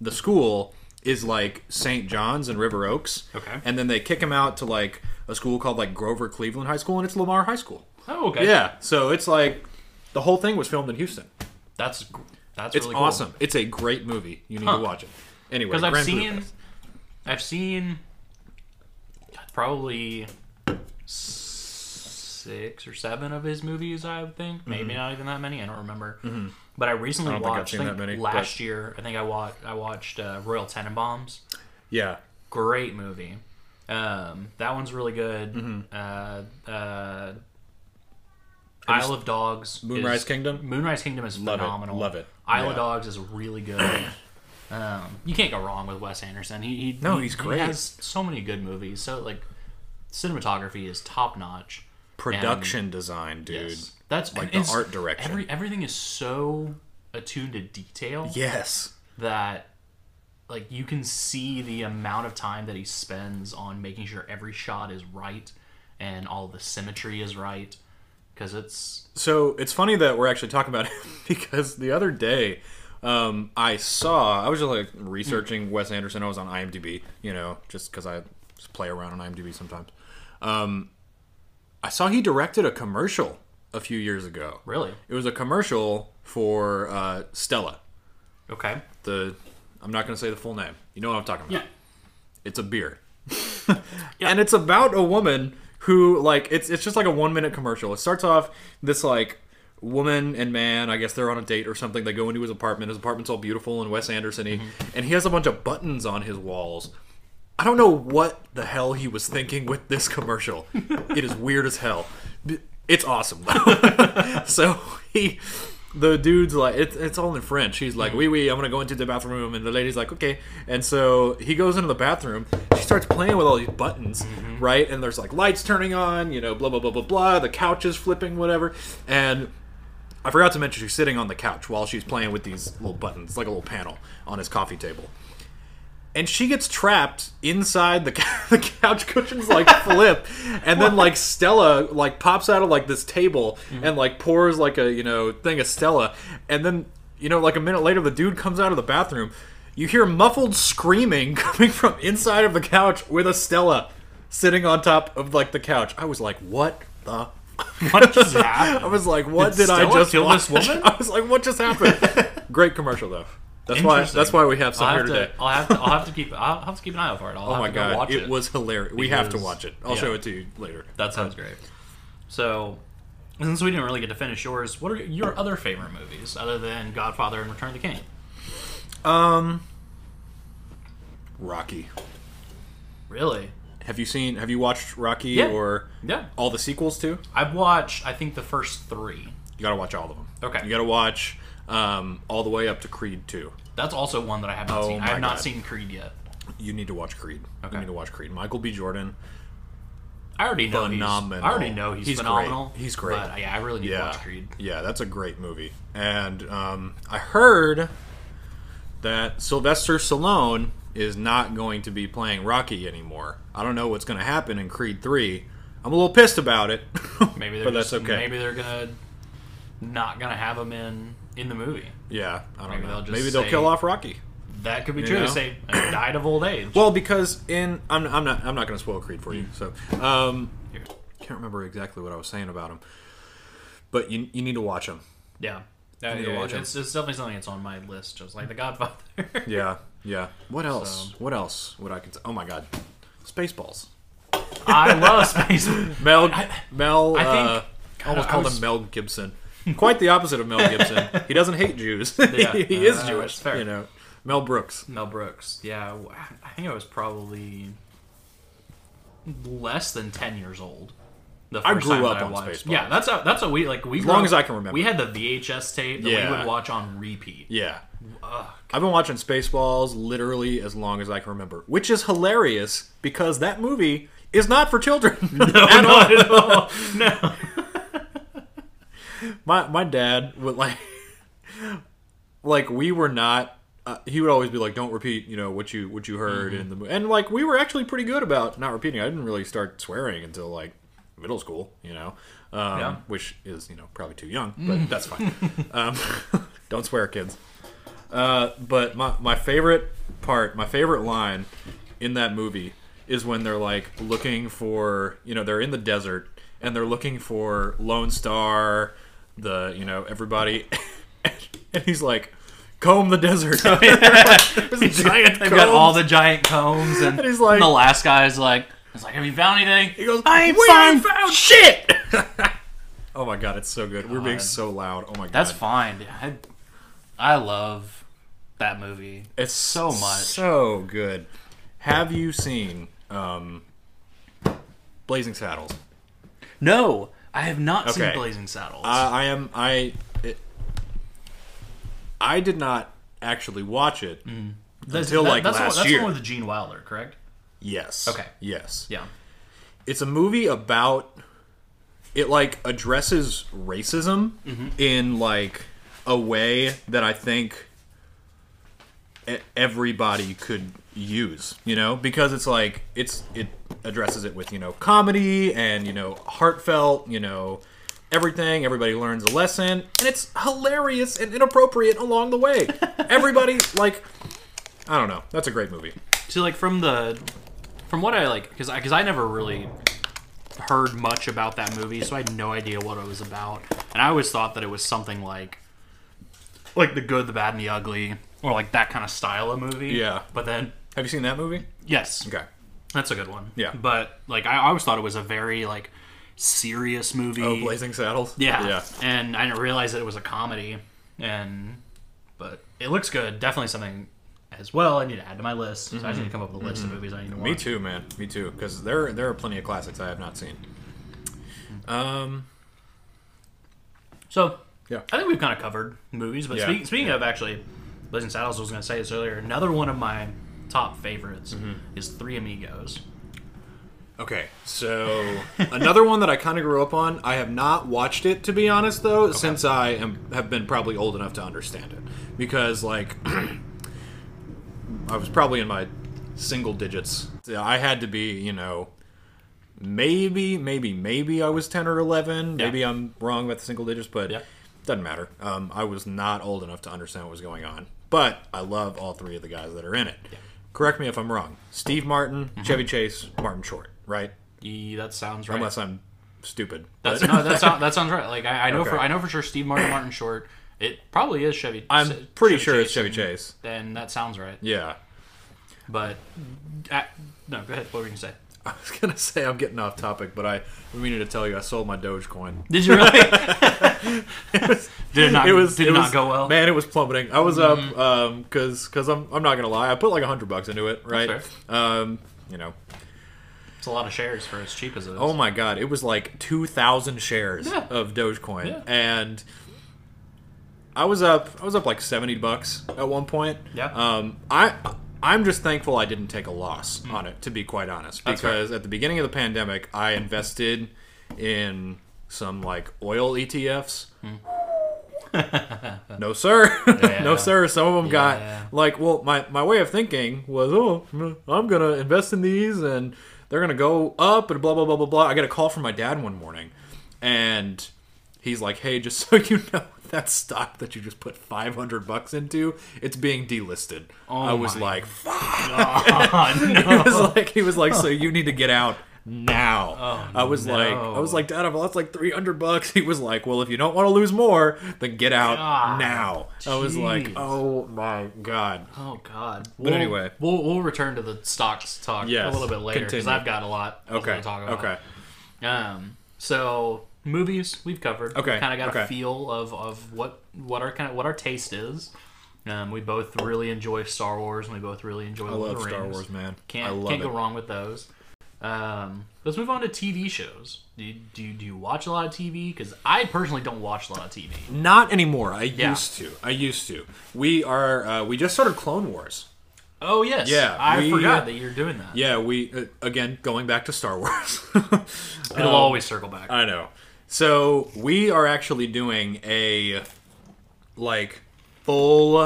[SPEAKER 2] the school, is like St. John's and River Oaks.
[SPEAKER 1] Okay.
[SPEAKER 2] And then they kick him out to like a school called like Grover Cleveland High School, and it's Lamar High School.
[SPEAKER 1] Oh, okay.
[SPEAKER 2] Yeah, so it's like the whole thing was filmed in Houston.
[SPEAKER 1] that's gr- that's
[SPEAKER 2] It's
[SPEAKER 1] really
[SPEAKER 2] awesome. It's a great movie. You need
[SPEAKER 1] Huh.
[SPEAKER 2] to watch it. Anyway,
[SPEAKER 1] because I've
[SPEAKER 2] Grand
[SPEAKER 1] seen
[SPEAKER 2] Budapest.
[SPEAKER 1] I've seen probably six or seven of his movies. I would think maybe not even that many. I don't remember. But I recently
[SPEAKER 2] Mm-hmm. don't think I've
[SPEAKER 1] watched
[SPEAKER 2] seen
[SPEAKER 1] I think
[SPEAKER 2] that many,
[SPEAKER 1] last year. I think I watched I watched uh, Royal Tenenbaums.
[SPEAKER 2] Yeah,
[SPEAKER 1] Great movie. Um, that one's really good.
[SPEAKER 2] Mm-hmm.
[SPEAKER 1] Uh, uh, Isle of Dogs.
[SPEAKER 2] Moonrise
[SPEAKER 1] is-
[SPEAKER 2] Kingdom?
[SPEAKER 1] Moonrise Kingdom is
[SPEAKER 2] Love it,
[SPEAKER 1] phenomenal.
[SPEAKER 2] love it.
[SPEAKER 1] Isle of
[SPEAKER 2] Yeah.
[SPEAKER 1] Dogs is really good.
[SPEAKER 2] (clears throat)
[SPEAKER 1] um, you can't go wrong with Wes Anderson. He, he
[SPEAKER 2] No,
[SPEAKER 1] he-
[SPEAKER 2] he's
[SPEAKER 1] he
[SPEAKER 2] great.
[SPEAKER 1] has so many good movies. So like, cinematography is top notch.
[SPEAKER 2] production design, dude.
[SPEAKER 1] Yes. That's
[SPEAKER 2] like
[SPEAKER 1] and
[SPEAKER 2] the
[SPEAKER 1] it's-
[SPEAKER 2] art direction.
[SPEAKER 1] Every, everything is so attuned to detail
[SPEAKER 2] Yes.
[SPEAKER 1] that like you can see the amount of time that he spends on making sure every shot is right and all the symmetry is right because it's
[SPEAKER 2] So it's funny that we're actually talking about (laughs) it because the other day um, I saw I was just like researching Wes Anderson. I was on IMDb, you know, just because I just play around on IMDb sometimes. Um, I saw he directed a commercial a few years ago.
[SPEAKER 1] really
[SPEAKER 2] It was a commercial for uh, Stella.
[SPEAKER 1] okay.
[SPEAKER 2] The I'm not going to say the full name. You know what I'm talking about. It's a beer. (laughs) And it's about a woman who like it's it's just like a 1 minute commercial. It starts off this like woman and man, I guess they're on a date or something. They go into his apartment. His apartment's all beautiful and Wes Anderson y and he has a bunch of buttons on his walls. I don't know what the hell he was thinking with this (laughs) commercial. it is weird as hell. B- It's awesome though. (laughs) so he the dude's like it's, it's all in French. He's like, "Wee wee, I'm gonna go into the bathroom," and the lady's like, "Okay." And so he goes into the bathroom. She starts playing with all these buttons, right? And there's like lights turning on, you know, blah blah blah blah blah. The couch is flipping, whatever. And I forgot to mention she's sitting on the couch while she's playing with these little buttons, like a little panel on his coffee table. And she gets trapped inside the, (laughs) cou- the couch cushions like flip, and then like Stella like pops out of like this table
[SPEAKER 1] Mm-hmm.
[SPEAKER 2] and like pours like a you know thing of Stella, and then you know like a minute later the dude comes out of the bathroom, you hear muffled screaming (laughs) coming from inside of the couch with a Stella sitting on top of like the couch. I was like, what the
[SPEAKER 1] What just
[SPEAKER 2] (laughs) I
[SPEAKER 1] happened?
[SPEAKER 2] was like, "What did, I
[SPEAKER 1] Stella
[SPEAKER 2] just
[SPEAKER 1] kill
[SPEAKER 2] watch?
[SPEAKER 1] this woman?
[SPEAKER 2] (laughs) I was like, "What just happened?"
[SPEAKER 1] (laughs)
[SPEAKER 2] Great commercial though. That's why.
[SPEAKER 1] Interesting.
[SPEAKER 2] That's why we have some
[SPEAKER 1] I'll
[SPEAKER 2] here
[SPEAKER 1] have,
[SPEAKER 2] today.
[SPEAKER 1] to, I'll, have to, I'll have to keep I'll have to keep an eye out for it. I'll
[SPEAKER 2] oh
[SPEAKER 1] have
[SPEAKER 2] my
[SPEAKER 1] to go
[SPEAKER 2] god,
[SPEAKER 1] watch
[SPEAKER 2] it,
[SPEAKER 1] it,
[SPEAKER 2] was hilarious. We have to
[SPEAKER 1] Because-
[SPEAKER 2] watch it. I'll
[SPEAKER 1] yeah.
[SPEAKER 2] show it to you later.
[SPEAKER 1] that sounds great. So since we didn't really get to finish yours, what are your other favorite movies other than Godfather and Return of the King?
[SPEAKER 2] Um, Rocky.
[SPEAKER 1] Really?
[SPEAKER 2] Have you seen? Have you watched Rocky
[SPEAKER 1] Yeah.
[SPEAKER 2] or
[SPEAKER 1] Yeah,
[SPEAKER 2] all the sequels too?
[SPEAKER 1] I've watched I think the first three.
[SPEAKER 2] You gotta watch all of them.
[SPEAKER 1] Okay.
[SPEAKER 2] You gotta watch um, all the way up to Creed two.
[SPEAKER 1] That's also one that I have not
[SPEAKER 2] Oh
[SPEAKER 1] seen. I
[SPEAKER 2] my
[SPEAKER 1] have not
[SPEAKER 2] God.
[SPEAKER 1] seen Creed yet.
[SPEAKER 2] You need to watch Creed.
[SPEAKER 1] Okay.
[SPEAKER 2] You need to watch Creed. Michael B. Jordan.
[SPEAKER 1] I already know he's.
[SPEAKER 2] Phenomenal.
[SPEAKER 1] I already know he's,
[SPEAKER 2] He's
[SPEAKER 1] phenomenal.
[SPEAKER 2] great. He's great.
[SPEAKER 1] But yeah, I really need to watch Creed.
[SPEAKER 2] Yeah, that's a great movie. And um, I heard that Sylvester Stallone is not going to be playing Rocky anymore. I don't know what's going to happen in Creed 3. I'm a little pissed about it. (laughs)
[SPEAKER 1] Maybe they're
[SPEAKER 2] but that's
[SPEAKER 1] just-
[SPEAKER 2] okay.
[SPEAKER 1] Maybe they're gonna not gonna have him in in the movie.
[SPEAKER 2] yeah, I don't
[SPEAKER 1] maybe
[SPEAKER 2] know.
[SPEAKER 1] they'll just
[SPEAKER 2] maybe they'll
[SPEAKER 1] say-
[SPEAKER 2] kill off Rocky.
[SPEAKER 1] That could be
[SPEAKER 2] You
[SPEAKER 1] true.
[SPEAKER 2] know?
[SPEAKER 1] Say like, died of old age.
[SPEAKER 2] Well, because in I'm, I'm not I'm not going to spoil Creed for you.
[SPEAKER 1] Mm.
[SPEAKER 2] So, um, can't remember exactly what I was saying about him. But you you need to watch him.
[SPEAKER 1] Yeah. Yeah,
[SPEAKER 2] need to
[SPEAKER 1] yeah,
[SPEAKER 2] watch 'em.
[SPEAKER 1] it's, it's definitely something that's on my list, just like The
[SPEAKER 2] (laughs)
[SPEAKER 1] Godfather.
[SPEAKER 2] Yeah, yeah. What else? What else would I cons- Oh my god, Spaceballs.
[SPEAKER 1] I love Spaceballs.
[SPEAKER 2] Mel, Mel.
[SPEAKER 1] I think-
[SPEAKER 2] uh, I almost
[SPEAKER 1] I
[SPEAKER 2] called
[SPEAKER 1] was-
[SPEAKER 2] him Mel Gibson. Quite the opposite of Mel Gibson. he doesn't hate Jews. (laughs) he, he is
[SPEAKER 1] uh,
[SPEAKER 2] Jewish.
[SPEAKER 1] that's fair.
[SPEAKER 2] You know, Mel Brooks.
[SPEAKER 1] Mel Brooks. Yeah, w- I think I was probably less than ten years old. The
[SPEAKER 2] I
[SPEAKER 1] first
[SPEAKER 2] grew
[SPEAKER 1] time
[SPEAKER 2] up
[SPEAKER 1] that I
[SPEAKER 2] on
[SPEAKER 1] watched.
[SPEAKER 2] Spaceballs.
[SPEAKER 1] Yeah, that's how, that's what we like. We as
[SPEAKER 2] long as I can remember.
[SPEAKER 1] we had the VHS tape that
[SPEAKER 2] Yeah.
[SPEAKER 1] we would watch on repeat.
[SPEAKER 2] (laughs) Yeah. I've been watching Spaceballs literally as long as I can remember, which is hilarious because that movie is not for children. (laughs) at all.
[SPEAKER 1] not at all. No.
[SPEAKER 2] my my dad would like (laughs) like we were not uh, he would always be like don't repeat you know what you what you heard in the movie and like we were actually pretty good about not repeating i didn't really start swearing until like middle school you know um,
[SPEAKER 1] Yeah.
[SPEAKER 2] which is you know probably too young but that's fine um, (laughs) don't swear kids uh, but my, my favorite part my favorite line in that movie is when they're like looking for you know they're in the desert and they're looking for lone star the you know everybody (laughs) and he's like comb the desert
[SPEAKER 1] (laughs)
[SPEAKER 2] There's a giant
[SPEAKER 1] They've got all
[SPEAKER 2] (laughs) comb.
[SPEAKER 1] the giant combs,
[SPEAKER 2] (laughs)
[SPEAKER 1] and,
[SPEAKER 2] he's like-
[SPEAKER 1] and the last guy's like, "It's like, have you found anything?"
[SPEAKER 2] he goes
[SPEAKER 1] I ain't
[SPEAKER 2] "We
[SPEAKER 1] found
[SPEAKER 2] shit (laughs) oh my god it's so good we're being
[SPEAKER 1] God.
[SPEAKER 2] so loud oh my god
[SPEAKER 1] That's fine. dude. I, I love that movie.
[SPEAKER 2] It's
[SPEAKER 1] so much.
[SPEAKER 2] so good. Have you seen um, Blazing Saddles?
[SPEAKER 1] No, I have not seen
[SPEAKER 2] Okay.
[SPEAKER 1] Blazing Saddles.
[SPEAKER 2] I, I am I. It, I did not actually watch it.
[SPEAKER 1] Mm-hmm. That's-
[SPEAKER 2] until, like,
[SPEAKER 1] that's the one-
[SPEAKER 2] last
[SPEAKER 1] that's
[SPEAKER 2] year.
[SPEAKER 1] the one with Gene Wilder, correct?
[SPEAKER 2] Yes.
[SPEAKER 1] Okay.
[SPEAKER 2] Yes.
[SPEAKER 1] Yeah.
[SPEAKER 2] It's a movie about. It like addresses racism in like a way that I think e- everybody could use, you know, because it's like it's it addresses it with you know comedy and you know heartfelt, you know everything. Everybody learns a lesson, and it's hilarious and inappropriate along the way. everybody like, I don't know. That's a great movie.
[SPEAKER 1] So like from the from what I like because I because I never really heard much about that movie, so I had no idea what it was about, and I always thought that it was something like like the good, the bad, and the ugly, or like that kind of style of movie.
[SPEAKER 2] Yeah.
[SPEAKER 1] But then
[SPEAKER 2] Have you seen that movie?
[SPEAKER 1] yes,
[SPEAKER 2] Okay.
[SPEAKER 1] that's a good one.
[SPEAKER 2] Yeah.
[SPEAKER 1] But like I always thought it was a very like serious movie.
[SPEAKER 2] Oh, Blazing Saddles.
[SPEAKER 1] Yeah.
[SPEAKER 2] Yeah.
[SPEAKER 1] And I didn't realize that it was a comedy. And but it looks good. Definitely something as well. I need to add to my list. So I just need to come up with a list of movies I need to watch.
[SPEAKER 2] Me too, man. Me too. Because there there are plenty of classics I have not seen. Um.
[SPEAKER 1] So
[SPEAKER 2] Yeah.
[SPEAKER 1] I think we've kind of covered movies. But
[SPEAKER 2] Yeah.
[SPEAKER 1] speaking, speaking of actually, Blazing Saddles I was going to say this earlier. Another one of my top favorites is Three Amigos.
[SPEAKER 2] Okay. So (laughs) another one that I kind of grew up on. I have not watched it to be honest, though, since I am have been probably old enough to understand it. Because like, I was probably in my single digits. Yeah, I had to be, you know. Maybe, maybe, maybe I was ten or eleven.
[SPEAKER 1] Yeah.
[SPEAKER 2] Maybe I'm wrong about the single digits, but
[SPEAKER 1] Yeah.
[SPEAKER 2] Doesn't matter. Um, I was not old enough to understand what was going on, but I love all three of the guys that are in it. Correct me if I'm wrong. Steve Martin,
[SPEAKER 1] Mm-hmm.
[SPEAKER 2] Chevy Chase, Martin Short, right?
[SPEAKER 1] Yeah, E, that sounds right.
[SPEAKER 2] Unless I'm stupid.
[SPEAKER 1] That's,
[SPEAKER 2] but-
[SPEAKER 1] no, that, sound, that sounds right. Like I, I know
[SPEAKER 2] Okay.
[SPEAKER 1] for I know for sure Steve Martin Martin Short. It probably is Chevy.
[SPEAKER 2] (laughs) I'm pretty sure it's
[SPEAKER 1] Chase,
[SPEAKER 2] Chevy Chase.
[SPEAKER 1] Then that sounds right.
[SPEAKER 2] Yeah. (laughs)
[SPEAKER 1] But uh, no, go ahead. What were you gonna say?
[SPEAKER 2] I was gonna say I'm getting off topic, but I I meaning to tell you I sold my Dogecoin.
[SPEAKER 1] Did
[SPEAKER 2] (laughs)
[SPEAKER 1] you really? did it not,
[SPEAKER 2] It was
[SPEAKER 1] did
[SPEAKER 2] it
[SPEAKER 1] it
[SPEAKER 2] was-
[SPEAKER 1] not go well? Mm-hmm.
[SPEAKER 2] Man, it was plummeting. I was up um because because I'm I'm not gonna lie. I put like a hundred bucks into it, right?
[SPEAKER 1] That's
[SPEAKER 2] Um, you know,
[SPEAKER 1] It's a lot of shares for as cheap as it is.
[SPEAKER 2] Oh my god, it was like 2,000 shares
[SPEAKER 1] Yeah.
[SPEAKER 2] of Dogecoin.
[SPEAKER 1] Yeah.
[SPEAKER 2] And I was up I was up like 70 bucks at one point.
[SPEAKER 1] Yeah.
[SPEAKER 2] Um I I'm just thankful I didn't take a loss on it to be quite honest
[SPEAKER 1] Mm. That's
[SPEAKER 2] because at the beginning of the pandemic I invested in some like oil ETFs. no sir.
[SPEAKER 1] Mm.
[SPEAKER 2] (laughs)
[SPEAKER 1] Yeah.
[SPEAKER 2] no sir. Some of them
[SPEAKER 1] Yeah.
[SPEAKER 2] got like well my my way of thinking was oh mm, i'm gonna invest in these and they're gonna go up and blah blah blah blah blah i got a call from my dad one morning and he's like hey just (laughs) so you know that stock that you just put 500 bucks into it's being delisted i was
[SPEAKER 1] Oh my
[SPEAKER 2] like fuck.
[SPEAKER 1] Oh, no.
[SPEAKER 2] (laughs) he was like he was like so you need to get out now.
[SPEAKER 1] Oh,
[SPEAKER 2] I was like, I was
[SPEAKER 1] no.
[SPEAKER 2] like, Dad, I've lost like 300 bucks. He was like, Well, if you don't want to lose more, then get out
[SPEAKER 1] God,
[SPEAKER 2] now. I was like,
[SPEAKER 1] jeez.
[SPEAKER 2] Oh my God.
[SPEAKER 1] Oh God.
[SPEAKER 2] But anyway.
[SPEAKER 1] we'll we'll return to the stocks talk
[SPEAKER 2] Yes,
[SPEAKER 1] a little bit later because
[SPEAKER 2] continue.
[SPEAKER 1] I've got a lot. I was
[SPEAKER 2] Okay.
[SPEAKER 1] gonna Talk about.
[SPEAKER 2] Okay.
[SPEAKER 1] Um. So movies we've covered.
[SPEAKER 2] Okay,
[SPEAKER 1] Kind of got
[SPEAKER 2] okay.
[SPEAKER 1] a feel of, of what what our kind of what our taste is. Um, we both really enjoy Star Wars, and we both really enjoy.
[SPEAKER 2] I love Star Wars, man.
[SPEAKER 1] Can't
[SPEAKER 2] I love
[SPEAKER 1] can't
[SPEAKER 2] it.
[SPEAKER 1] go wrong with those. Um, let's move on to TV shows. Do you, do you, do you watch a lot of TV? Because I personally don't watch a lot of TV.
[SPEAKER 2] Not anymore. I
[SPEAKER 1] Yeah.
[SPEAKER 2] used to. I used to. We are. Uh, we just started Clone Wars.
[SPEAKER 1] Oh yes,
[SPEAKER 2] Yeah,
[SPEAKER 1] I
[SPEAKER 2] we-
[SPEAKER 1] forgot that you're doing that.
[SPEAKER 2] Yeah. We uh, again going back to Star Wars. (laughs)
[SPEAKER 1] It'll always circle back.
[SPEAKER 2] I know. So we are actually doing a like full.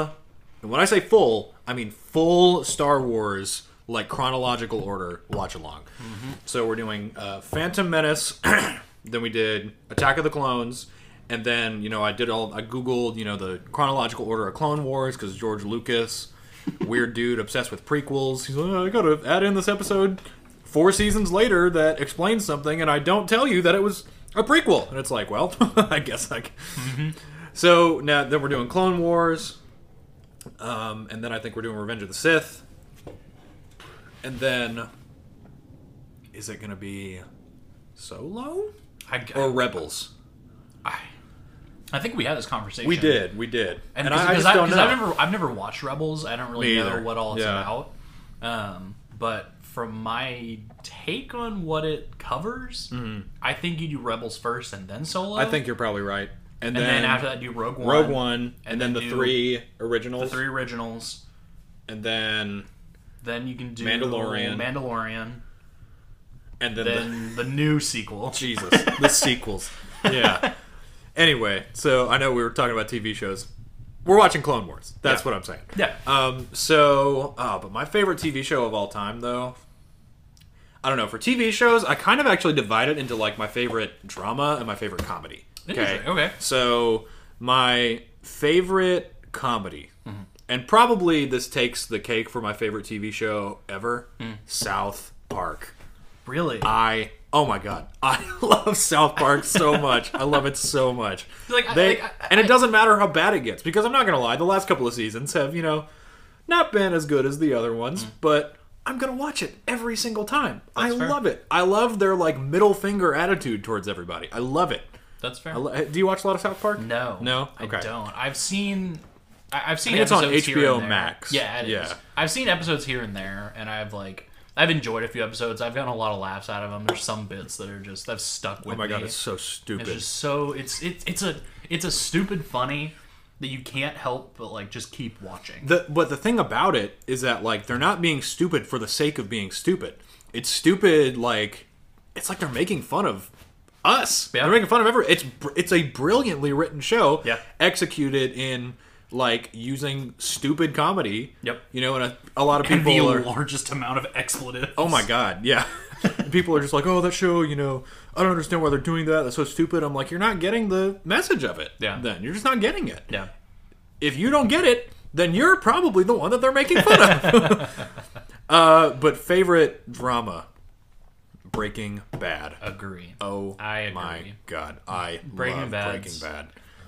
[SPEAKER 2] And when I say full, I mean full Star Wars like chronological order watch along. So we're doing uh, Phantom Menace, (clears throat) then we did Attack of the Clones, and then you know I did all I googled you know the chronological order of Clone Wars because George Lucas, weird dude obsessed with prequels. He's like, "Oh, I gotta add in this episode four seasons later that explains something, and I don't tell you that it was a prequel. And it's like, well, (laughs) I guess I. Can.
[SPEAKER 1] Mm-hmm.
[SPEAKER 2] So now then we're doing Clone Wars, um, and then I think we're doing Revenge of the Sith, and then is it gonna be Solo
[SPEAKER 1] I,
[SPEAKER 2] or Rebels?
[SPEAKER 1] I, I think we had this conversation.
[SPEAKER 2] We did, we did,
[SPEAKER 1] and,
[SPEAKER 2] and,
[SPEAKER 1] cause,
[SPEAKER 2] I, I
[SPEAKER 1] cause
[SPEAKER 2] just
[SPEAKER 1] I,
[SPEAKER 2] don't
[SPEAKER 1] 'cause
[SPEAKER 2] know.
[SPEAKER 1] I've never, I've never watched Rebels. I don't really
[SPEAKER 2] Me
[SPEAKER 1] know
[SPEAKER 2] either.
[SPEAKER 1] what all it's
[SPEAKER 2] Yeah.
[SPEAKER 1] about. Um, but from my take on what it covers, I think you do Rebels first and then Solo.
[SPEAKER 2] Mm-hmm. I think you're probably right,
[SPEAKER 1] and
[SPEAKER 2] and, then,
[SPEAKER 1] then, after that, do Rogue One,
[SPEAKER 2] Rogue One, and, then,
[SPEAKER 1] then do
[SPEAKER 2] the three
[SPEAKER 1] the
[SPEAKER 2] originals,
[SPEAKER 1] three originals.
[SPEAKER 2] and then
[SPEAKER 1] Then you can do
[SPEAKER 2] Mandalorian. (laughs)
[SPEAKER 1] Mandalorian,
[SPEAKER 2] and then, the,
[SPEAKER 1] then the new sequel.
[SPEAKER 2] (laughs) Jesus, the sequels. (laughs) Yeah. Anyway, so I know we were talking about TV shows. We're watching Clone Wars. That's
[SPEAKER 1] Yeah.
[SPEAKER 2] what I'm saying.
[SPEAKER 1] Yeah.
[SPEAKER 2] Um. So, uh, but my favorite TV show of all time, though, I don't know. For TV shows, I kind of actually divide it into like my favorite drama and my favorite comedy.
[SPEAKER 1] Interesting. Okay.
[SPEAKER 2] So my favorite comedy,
[SPEAKER 1] Mm-hmm.
[SPEAKER 2] and probably this takes the cake for my favorite TV show ever,
[SPEAKER 1] Mm.
[SPEAKER 2] South Park.
[SPEAKER 1] Really?
[SPEAKER 2] I oh my god, (laughs) I love South Park so much. I love it so much.
[SPEAKER 1] (laughs) Like, I-
[SPEAKER 2] They-
[SPEAKER 1] like, I-
[SPEAKER 2] and it doesn't matter how bad it gets because I'm not gonna lie, the last couple of seasons have you know not been as good as the other ones, but I'm gonna watch it every single time. I
[SPEAKER 1] Mm. fair.
[SPEAKER 2] love it. I love their like middle finger attitude towards everybody. I love it.
[SPEAKER 1] That's fair.
[SPEAKER 2] I lo- do you watch a lot of South Park?
[SPEAKER 1] No,
[SPEAKER 2] no.
[SPEAKER 1] I don't. I've seen, I, I've seen.
[SPEAKER 2] think it's on
[SPEAKER 1] episodes here
[SPEAKER 2] HBO
[SPEAKER 1] and there.
[SPEAKER 2] Max.
[SPEAKER 1] Yeah, it is.
[SPEAKER 2] Yeah.
[SPEAKER 1] I've seen episodes here and there, and I've like, I've enjoyed a few episodes. I've gotten a lot of laughs out of them. There's some bits that are just that stuck with
[SPEAKER 2] Oh my god,
[SPEAKER 1] me.
[SPEAKER 2] it's so stupid.
[SPEAKER 1] It's just so it's it's it's a it's a stupid funny that you can't help but like just keep watching.
[SPEAKER 2] The but the thing about it is that like they're not being stupid for the sake of being stupid. It's stupid like it's like they're making fun of us.
[SPEAKER 1] Yeah.
[SPEAKER 2] They're making fun of everyone. It's br- it's a brilliantly written show.
[SPEAKER 1] Yeah.
[SPEAKER 2] Executed in like using stupid comedy.
[SPEAKER 1] Yep.
[SPEAKER 2] You know, and a, a lot of
[SPEAKER 1] and
[SPEAKER 2] people
[SPEAKER 1] the
[SPEAKER 2] are
[SPEAKER 1] largest amount of expletives.
[SPEAKER 2] Oh my god, yeah. (laughs) People are just like, oh, that show, you know, I don't understand why they're doing that. That's so stupid. I'm like, you're not getting the message of it.
[SPEAKER 1] Yeah.
[SPEAKER 2] Then you're just not getting it.
[SPEAKER 1] Yeah.
[SPEAKER 2] If you don't get it, then you're probably the one that they're making fun of.
[SPEAKER 1] (laughs)
[SPEAKER 2] uh, but favorite drama, Breaking Bad.
[SPEAKER 1] Agree.
[SPEAKER 2] Oh
[SPEAKER 1] I agree.
[SPEAKER 2] my god, I
[SPEAKER 1] Breaking
[SPEAKER 2] love
[SPEAKER 1] Bad's-
[SPEAKER 2] Breaking Bad.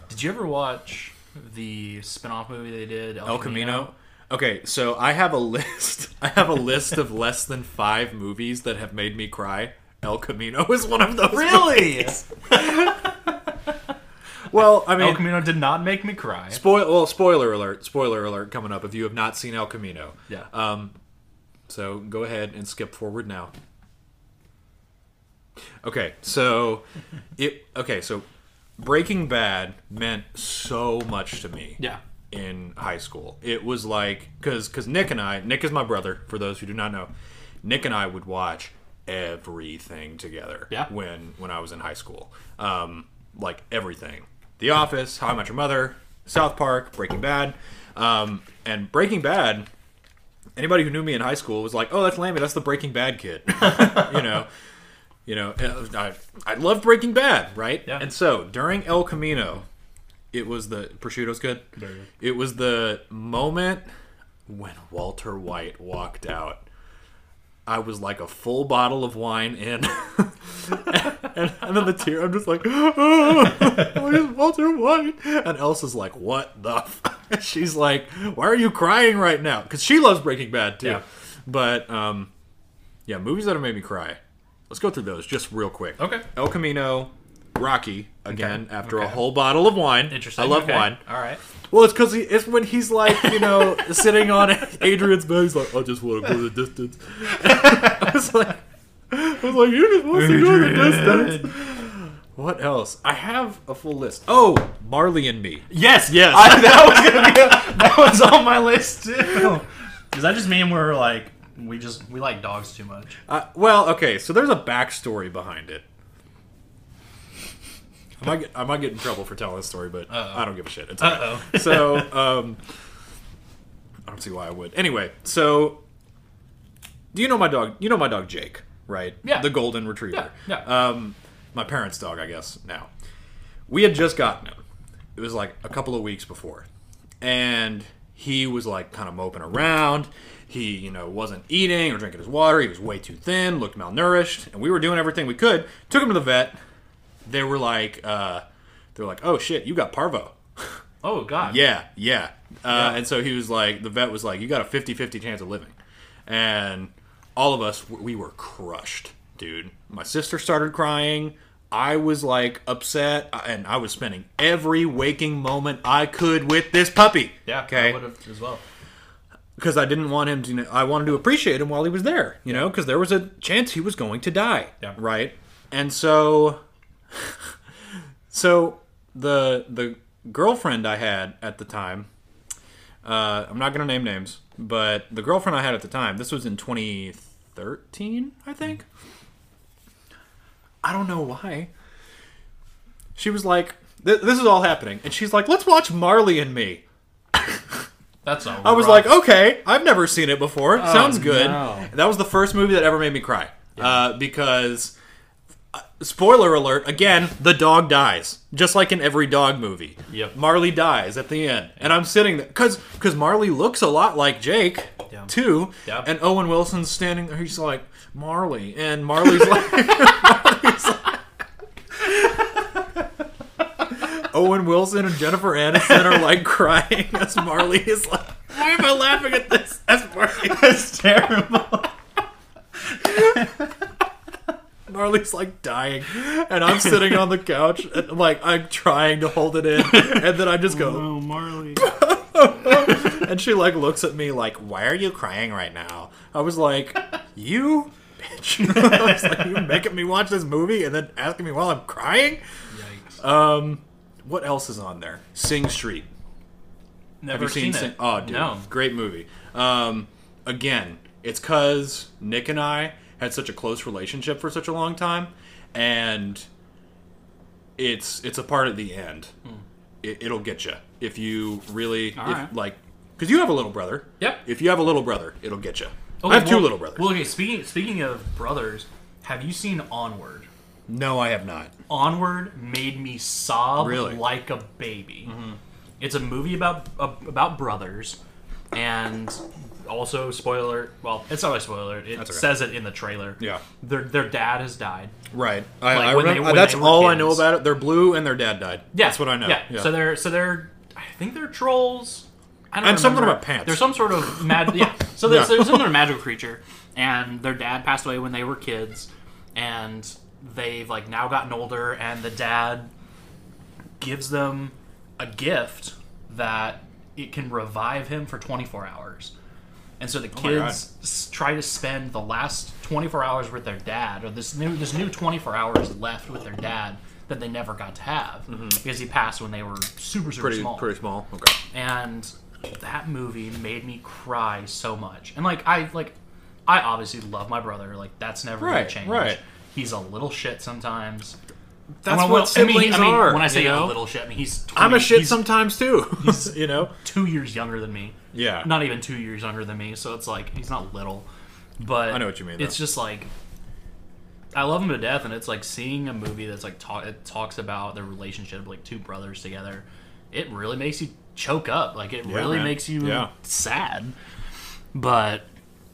[SPEAKER 1] Did you ever watch the spin-off movie they did?
[SPEAKER 2] El Camino. Okay, so I have a list. (laughs) I have a list of less than five movies that have made me cry. El Camino is one of those.
[SPEAKER 1] Really?
[SPEAKER 2] (laughs) Well, I mean,
[SPEAKER 1] El Camino did not make me cry.
[SPEAKER 2] spoil. Well, spoiler alert. Spoiler alert coming up. If you have not seen El Camino,
[SPEAKER 1] Yeah.
[SPEAKER 2] Um, so go ahead and skip forward now. Okay, so it. Okay, so Breaking Bad meant so much to me.
[SPEAKER 1] Yeah.
[SPEAKER 2] in high school. It was like because because Nick and I, Nick is my brother. For those who do not know, Nick and I would watch everything together.
[SPEAKER 1] Yeah.
[SPEAKER 2] When when I was in high school, um, like everything, The Office, How I Met Your Mother, South Park, Breaking Bad, um, and Breaking Bad. Anybody who knew me in high school was like, "Oh, that's Lammy. That's the Breaking
[SPEAKER 1] (laughs)
[SPEAKER 2] Bad kid," you know. You know, I, I love Breaking Bad, right?
[SPEAKER 1] Yeah.
[SPEAKER 2] And so during El Camino, it was the prosciutto's good.
[SPEAKER 1] Very good.
[SPEAKER 2] It was the moment when Walter White walked out. I was like a full bottle of wine in, (laughs) and, and then the tear. I'm just like, oh, why is Walter White? And Elsa's like, what the? F-? (laughs) She's like, why are you crying right now? Because she loves Breaking Bad too.
[SPEAKER 1] Yeah.
[SPEAKER 2] But um, yeah, movies that have made me cry. Let's go through those just real quick.
[SPEAKER 1] Okay.
[SPEAKER 2] El Camino, Rocky again
[SPEAKER 1] Okay.
[SPEAKER 2] after a
[SPEAKER 1] Okay.
[SPEAKER 2] whole bottle of wine.
[SPEAKER 1] Interesting.
[SPEAKER 2] I love
[SPEAKER 1] Okay.
[SPEAKER 2] wine.
[SPEAKER 1] All right.
[SPEAKER 2] Well, it's because it's when he's like, you (laughs) know, sitting on Adrian's bed. He's like, I just want to go the (laughs) distance. I was like, I was like, you just want to go the distance. What else? I have a full list. Oh, Marley and Me.
[SPEAKER 1] Yes.
[SPEAKER 2] Yes.
[SPEAKER 1] I, that was gonna be
[SPEAKER 2] (laughs)
[SPEAKER 1] a, that was on my list (laughs) too. Does that just mean we're like we just we like dogs too much?
[SPEAKER 2] Uh, well, okay, so there's a backstory behind it. I might get, I might get in trouble for telling this story, but
[SPEAKER 1] Uh-oh.
[SPEAKER 2] I don't give a shit. It's all right.
[SPEAKER 1] Uh-oh. (laughs)
[SPEAKER 2] so um, I don't see why I would. Anyway, so do you know my dog? You know my dog Jake, right?
[SPEAKER 1] Yeah.
[SPEAKER 2] the golden retriever.
[SPEAKER 1] Yeah,
[SPEAKER 2] Um, my parents' dog, I guess. Now we had just gotten him. It was like a couple of weeks before, and he was like kind of moping around. He, you know, wasn't eating or drinking his water. He was way too thin, looked malnourished, and we were doing everything we could. Took him to the vet. They were like, uh, they were like, "Oh shit, you got parvo."
[SPEAKER 1] Oh God.
[SPEAKER 2] Yeah, yeah. Uh, And so he was like, the vet was like, you got a 50 50 chance of living. And all of us, w- we were crushed, dude. My sister started crying. I was like upset, I- and I was spending every waking moment I could with this puppy.
[SPEAKER 1] Yeah.
[SPEAKER 2] Okay
[SPEAKER 1] I would have as well.
[SPEAKER 2] because I didn't want him to. You know, I wanted to appreciate him while he was there, you know, because there was a chance he was going to die,
[SPEAKER 1] Yeah.
[SPEAKER 2] right? And so, (laughs) so the the girlfriend I had at the time, uh, I'm not going to name names, but the girlfriend I had at the time, this was in 2013, I think. I don't know why. She was like, th- "This is all happening," and she's like, "Let's watch Marley and Me."
[SPEAKER 1] That's all.
[SPEAKER 2] I was like, oh, okay, I've never seen it before. Sounds good.
[SPEAKER 1] Oh, no.
[SPEAKER 2] That was the first movie that ever made me cry. Uh, because, uh, spoiler alert, again, the dog dies. Just like in every dog movie.
[SPEAKER 1] Yep.
[SPEAKER 2] Marley dies at the end. And I'm sitting there. Because Marley looks a lot like Jake,
[SPEAKER 1] Yeah.
[SPEAKER 2] too.
[SPEAKER 1] Yeah.
[SPEAKER 2] And Owen Wilson's standing there. He's like, Marley. And Marley's like. (laughs) Marley's like- (laughs) Owen Wilson and Jennifer Aniston are like crying as Marley is like, why am I laughing at this? As Marley
[SPEAKER 1] (laughs) that's terrible.
[SPEAKER 2] Marley's like dying, and I'm sitting on the couch, and, like I'm trying to hold it in, and then I just go,
[SPEAKER 3] Oh, Marley.
[SPEAKER 2] and she like looks at me like, "Why are you crying right now?" I was like, "You bitch!" (laughs) I was like, "You making me watch this movie and then asking me while I'm crying."
[SPEAKER 1] Yikes.
[SPEAKER 2] Um, what else is on there? Sing Street.
[SPEAKER 1] Never
[SPEAKER 2] Have you
[SPEAKER 1] seen,
[SPEAKER 2] Sin-
[SPEAKER 1] it.
[SPEAKER 2] Oh, dude,
[SPEAKER 1] No.
[SPEAKER 2] great movie. Um, again, it's because Nick and I had such a close relationship for such a long time, and it's it's a part at the end. It, it'll get you if you really if,
[SPEAKER 1] Hmm. right.
[SPEAKER 2] like because you have a little brother.
[SPEAKER 1] Yep.
[SPEAKER 2] If you have a little brother, it'll get you.
[SPEAKER 1] Okay,
[SPEAKER 2] I have two
[SPEAKER 1] well-
[SPEAKER 2] little brothers.
[SPEAKER 1] Well, okay. Speaking speaking of brothers, have you seen Onward?
[SPEAKER 2] no, I have not.
[SPEAKER 1] Onward made me sob
[SPEAKER 2] Really? Mm-hmm.
[SPEAKER 1] like a baby. It's a movie about ab- about brothers, and also spoiler. Well, it's not really spoiler. It
[SPEAKER 2] okay.
[SPEAKER 1] says it in the trailer.
[SPEAKER 2] Yeah.
[SPEAKER 1] their their dad has died.
[SPEAKER 2] Right. I,
[SPEAKER 1] Like,
[SPEAKER 2] I
[SPEAKER 1] when they-
[SPEAKER 2] remember,
[SPEAKER 1] when
[SPEAKER 2] that's
[SPEAKER 1] they were
[SPEAKER 2] all I
[SPEAKER 1] kids.
[SPEAKER 2] know about it. They're blue and their dad died.
[SPEAKER 1] Yeah,
[SPEAKER 2] That's what I know.
[SPEAKER 1] Yeah. So they're so they're I think they're trolls. I don't
[SPEAKER 2] And something
[SPEAKER 1] remember.
[SPEAKER 2] about pants.
[SPEAKER 1] There's some sort of mad. Yeah. So there's,
[SPEAKER 2] (laughs) Yeah.
[SPEAKER 1] there's some sort of magical creature, and their dad passed away when they were kids, and they've like now gotten older, and the dad gives them a gift that it can revive him for 24 hours. And so the
[SPEAKER 2] Oh my
[SPEAKER 1] kids s- try to spend the last 24 hours with their dad, or this new this new 24 hours left with their dad that they never got to have because he passed when they were super super
[SPEAKER 2] Mm-hmm. pretty
[SPEAKER 1] small.
[SPEAKER 2] pretty small. Okay.
[SPEAKER 1] And that movie made me cry so much. And like I like I obviously love my brother. Like that's never
[SPEAKER 2] Right,
[SPEAKER 1] gonna change.
[SPEAKER 2] right.
[SPEAKER 1] He's a little shit sometimes.
[SPEAKER 2] That's
[SPEAKER 1] Well,
[SPEAKER 2] what
[SPEAKER 1] well, I mean,
[SPEAKER 2] siblings
[SPEAKER 1] I mean,
[SPEAKER 2] are.
[SPEAKER 1] When I say
[SPEAKER 2] you know?
[SPEAKER 1] a little shit, I mean he's 20,
[SPEAKER 2] I'm a shit
[SPEAKER 1] he's
[SPEAKER 2] sometimes too.
[SPEAKER 1] (laughs)
[SPEAKER 2] you know.
[SPEAKER 1] two years younger than me
[SPEAKER 2] Yeah.
[SPEAKER 1] not even two years younger than me, so it's like he's not little. But
[SPEAKER 2] I know what you mean,
[SPEAKER 1] It's just like I love him to death, and it's like seeing a movie that's like talk it talks about the relationship of like two brothers together. It really makes you choke up. Like it really
[SPEAKER 2] man.
[SPEAKER 1] makes you
[SPEAKER 2] Yeah.
[SPEAKER 1] sad. But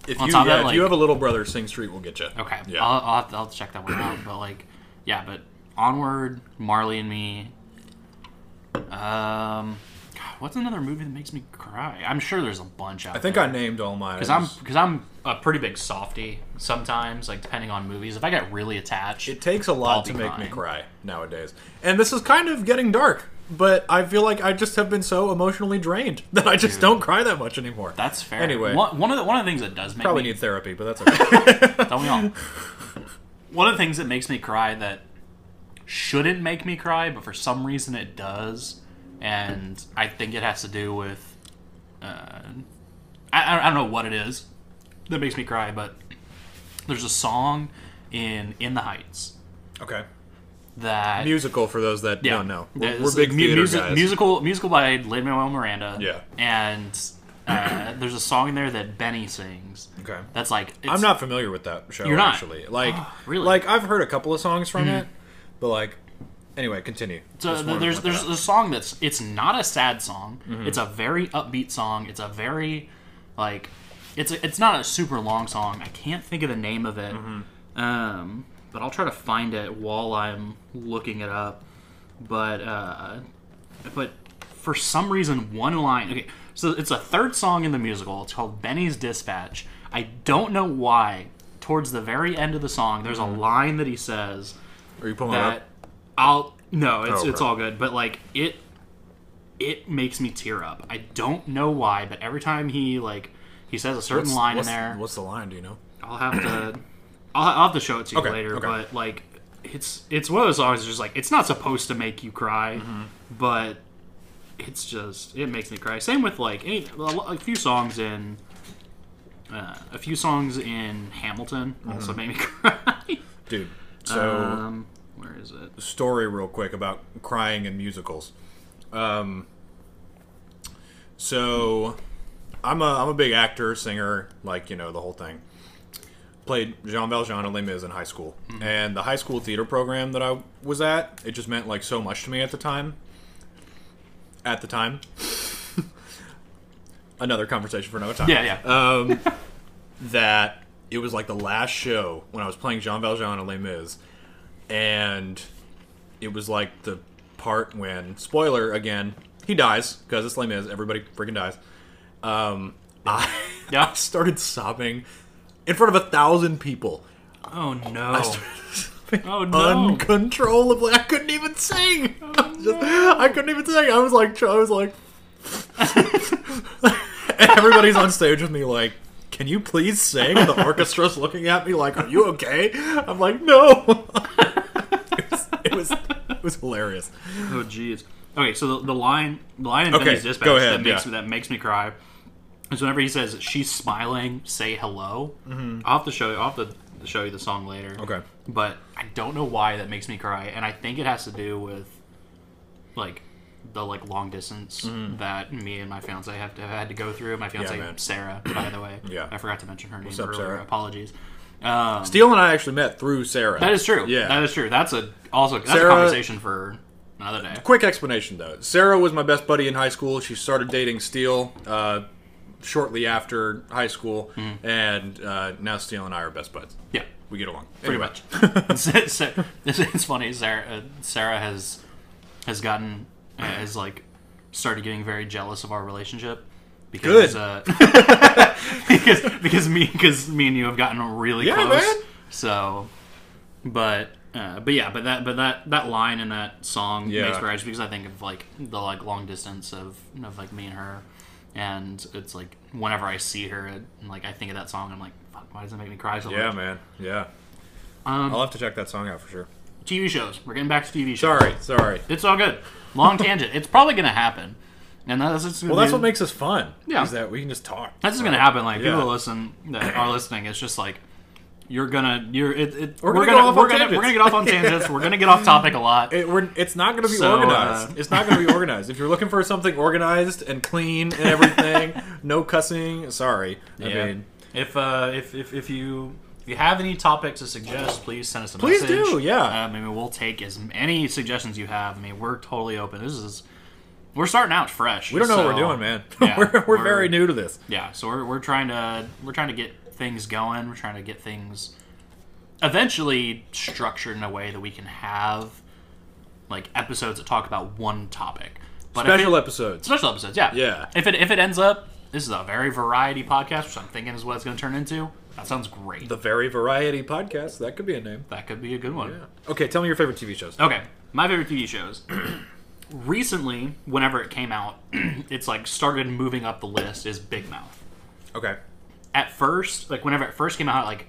[SPEAKER 2] If
[SPEAKER 1] On
[SPEAKER 2] you,
[SPEAKER 1] top of
[SPEAKER 2] yeah,
[SPEAKER 1] that,
[SPEAKER 2] if
[SPEAKER 1] like-
[SPEAKER 2] you have a little brother, Sing Street will get you.
[SPEAKER 1] Okay, uh,
[SPEAKER 2] Yeah.
[SPEAKER 1] I'll, I'll, have to, I'll have to check that one out. But like, yeah, but onward, Marley and Me. Um, God, what's another movie that makes me cry? I'm sure there's a bunch out.
[SPEAKER 2] I think I named all mine.
[SPEAKER 1] because I'm because I'm a pretty big softy sometimes. Like depending on movies, if I get really attached,
[SPEAKER 2] It takes a
[SPEAKER 1] I'll
[SPEAKER 2] lot
[SPEAKER 1] be
[SPEAKER 2] to make me
[SPEAKER 1] fine.
[SPEAKER 2] cry nowadays. And this is kind of getting dark, but I feel like I just have been so emotionally drained (laughs) that I just don't cry that much anymore.
[SPEAKER 1] that's fair.
[SPEAKER 2] Anyway.
[SPEAKER 1] one, one of the one of the things that does make
[SPEAKER 2] Probably
[SPEAKER 1] me
[SPEAKER 2] need therapy, but that's okay.
[SPEAKER 1] (laughs) Don't we all? One of the things that makes me cry that shouldn't make me cry, but for some reason it does, and I think it has to do with uh, I, I don't know what it is that makes me cry, but there's a song in In the Heights
[SPEAKER 2] okay.
[SPEAKER 1] that
[SPEAKER 2] Musical for those that
[SPEAKER 1] yeah.
[SPEAKER 2] don't know. We're,
[SPEAKER 1] It's
[SPEAKER 2] we're big
[SPEAKER 1] mu-
[SPEAKER 2] theater
[SPEAKER 1] music-
[SPEAKER 2] guys.
[SPEAKER 1] Musical, musical by Lin Manuel Miranda.
[SPEAKER 2] Yeah.
[SPEAKER 1] and uh, there's a song in there that Benny sings.
[SPEAKER 2] Okay.
[SPEAKER 1] That's like it's,
[SPEAKER 2] I'm not familiar with that show.
[SPEAKER 1] You're not? Ah,
[SPEAKER 2] actually like
[SPEAKER 1] really? Mm-hmm.
[SPEAKER 2] like I've heard a couple of songs from it, but like anyway, continue.
[SPEAKER 1] So
[SPEAKER 2] Just wanted to
[SPEAKER 1] there's
[SPEAKER 2] point
[SPEAKER 1] there's
[SPEAKER 2] that Mm-hmm. out.
[SPEAKER 1] a song that's it's not a sad song. It's a very upbeat song. It's a very like it's a, it's not a super long song. I can't think of the name of it.
[SPEAKER 2] Mm-hmm.
[SPEAKER 1] Um, but I'll try to find it while I'm looking it up. But uh, but for some reason one line okay so it's a third song in the musical it's called benny's dispatch i don't know why towards the very end of the song there's a
[SPEAKER 2] Mm-hmm.
[SPEAKER 1] line that he says
[SPEAKER 2] Are you pulling it
[SPEAKER 1] that
[SPEAKER 2] up?
[SPEAKER 1] I'll no, it's
[SPEAKER 2] Oh,
[SPEAKER 1] it's
[SPEAKER 2] okay.
[SPEAKER 1] all good, but like it it makes me tear up. I don't know why, but every time he like he says a certain
[SPEAKER 2] What's-
[SPEAKER 1] line
[SPEAKER 2] what's-
[SPEAKER 1] in there,
[SPEAKER 2] What's the line? Do you know?
[SPEAKER 1] I'll have to I'll, I'll have to show it to you
[SPEAKER 2] Okay,
[SPEAKER 1] later,
[SPEAKER 2] okay.
[SPEAKER 1] but like it's it's one of those songs that's just like it's not supposed to make you cry,
[SPEAKER 2] Mm-hmm.
[SPEAKER 1] but it's just it makes me cry. Same with like any, a lo- a few songs in uh, a few songs in Hamilton also
[SPEAKER 2] Mm-hmm.
[SPEAKER 1] make me (laughs)
[SPEAKER 2] Uh-huh.
[SPEAKER 1] cry.
[SPEAKER 2] Dude. So
[SPEAKER 1] um, where is it?
[SPEAKER 2] story real quick about crying in musicals. Um, so I'm a I'm a big actor, singer, like you know the whole thing. Played Jean Valjean and Les Mis in high school, and the high school theater program that I was at, it just meant like so much to me at the time. At the time, (laughs) another conversation for another time
[SPEAKER 1] Yeah, yeah.
[SPEAKER 2] um, that it was like the last show when I was playing Jean Valjean and Les Mis, and it was like the part when spoiler again he dies because it's Les Mis. Everybody freaking dies. Um, (laughs) I,
[SPEAKER 1] Yeah.
[SPEAKER 2] I started sobbing in front of a thousand people.
[SPEAKER 1] Oh no. Oh no. Oh,
[SPEAKER 2] Uncontrollably, I couldn't even sing. I, was (laughs) just- I couldn't even sing. I was like, tr- I was like, (laughs) and everybody's on stage with me, like, can you please sing? And the orchestra's looking at me, like, are you okay? I'm like, no. (laughs) it, was, it was, it was hilarious.
[SPEAKER 1] (laughs) oh jeez. Okay, so the, the line the line in
[SPEAKER 2] Okay,
[SPEAKER 1] Benny's dispatch
[SPEAKER 2] go ahead,
[SPEAKER 1] that makes
[SPEAKER 2] yeah.
[SPEAKER 1] me that makes me cry is whenever he says she's smiling, say hello. Mm-hmm. I'll have to show you I'll have to show you the song later.
[SPEAKER 2] Okay.
[SPEAKER 1] But I don't know why that makes me cry, and I think it has to do with like the like long distance that me and my fiance have to have had to go through. My fiance
[SPEAKER 2] Mm-hmm. man.
[SPEAKER 1] Sarah, by the way.
[SPEAKER 2] Yeah.
[SPEAKER 1] I forgot to mention her name
[SPEAKER 2] up,
[SPEAKER 1] earlier.
[SPEAKER 2] Sarah?
[SPEAKER 1] Apologies. Um,
[SPEAKER 2] Steele and I actually met through Sarah.
[SPEAKER 1] that is true.
[SPEAKER 2] Yeah.
[SPEAKER 1] That is true. That's a also that's
[SPEAKER 2] Sarah-
[SPEAKER 1] a conversation for another day.
[SPEAKER 2] Quick explanation though. Sarah was my best buddy in high school. She started dating Steele uh, shortly after high school,
[SPEAKER 1] Mm-hmm.
[SPEAKER 2] and uh, now Steele and I are best buds.
[SPEAKER 1] (laughs) Yeah,
[SPEAKER 2] We get along
[SPEAKER 1] pretty
[SPEAKER 2] Anyway.
[SPEAKER 1] much. it's, it's- it's funny. Sarah, uh, Sarah has has gotten uh, has like started getting very jealous of our relationship because
[SPEAKER 2] Good.
[SPEAKER 1] Uh, (laughs) because because me because me and you have gotten really
[SPEAKER 2] Yeah,
[SPEAKER 1] close.
[SPEAKER 2] man.
[SPEAKER 1] So, but. Uh, but yeah, but that but that that line in that song
[SPEAKER 2] Yeah.
[SPEAKER 1] makes me cry because I think of like the like long distance of of like me and her, and it's like whenever I see her, it, like I think of that song, I'm like, fuck, why does it make me cry so
[SPEAKER 2] Yeah,
[SPEAKER 1] much?
[SPEAKER 2] man. Yeah.
[SPEAKER 1] Um,
[SPEAKER 2] I'll have to check that song out for sure.
[SPEAKER 1] TV shows. We're getting back to TV shows.
[SPEAKER 2] Sorry, sorry.
[SPEAKER 1] It's all good. Long tangent. It's probably going to happen. And that's it's gonna
[SPEAKER 2] Well, that's
[SPEAKER 1] be-
[SPEAKER 2] what makes us fun.
[SPEAKER 1] Yeah.
[SPEAKER 2] Is that we can just talk.
[SPEAKER 1] that's just going to happen. Like people
[SPEAKER 2] Yeah.
[SPEAKER 1] that listen that are listening, it's just like you're gonna you're it, it
[SPEAKER 2] We're gonna go off on
[SPEAKER 1] we're gonna
[SPEAKER 2] tangents.
[SPEAKER 1] we're gonna get off on tangents. We're gonna get off topic a
[SPEAKER 2] (laughs)
[SPEAKER 1] lot.
[SPEAKER 2] It, we're, it's not going to be
[SPEAKER 1] So, uh,
[SPEAKER 2] organized. it's not going to be organized. If you're looking for something organized and clean and
[SPEAKER 1] (laughs)
[SPEAKER 2] everything, no cussing. Sorry. I mean,
[SPEAKER 1] if uh if, if if you if you have any topics to suggest, please send us a
[SPEAKER 2] Please
[SPEAKER 1] message.
[SPEAKER 2] do, yeah.
[SPEAKER 1] Um, I mean, we'll take as any suggestions you have. I mean, we're totally open. This is we're starting out fresh.
[SPEAKER 2] we don't know what
[SPEAKER 1] so-
[SPEAKER 2] (laughs) we're doing, man.
[SPEAKER 1] Yeah,
[SPEAKER 2] we're, we're very new to this.
[SPEAKER 1] Yeah, so we're, we're trying to we're trying to get things going. We're trying to get things eventually structured in a way that we can have like episodes that talk about one topic. But if
[SPEAKER 2] Special
[SPEAKER 1] it-
[SPEAKER 2] episodes.
[SPEAKER 1] special episodes, yeah,
[SPEAKER 2] Yeah.
[SPEAKER 1] If it if it ends up, this is a very variety podcast, which I'm thinking is what it's going to turn into. That sounds great.
[SPEAKER 2] The Very Variety Podcast. That could be a name.
[SPEAKER 1] that could be a good one.
[SPEAKER 2] Okay, tell me your favorite TV shows.
[SPEAKER 1] Okay, my favorite TV shows. (clears throat) Recently, whenever it came out, (clears throat) it's like started moving up the list is Big Mouth.
[SPEAKER 2] Okay.
[SPEAKER 1] At first, like whenever it first came out, like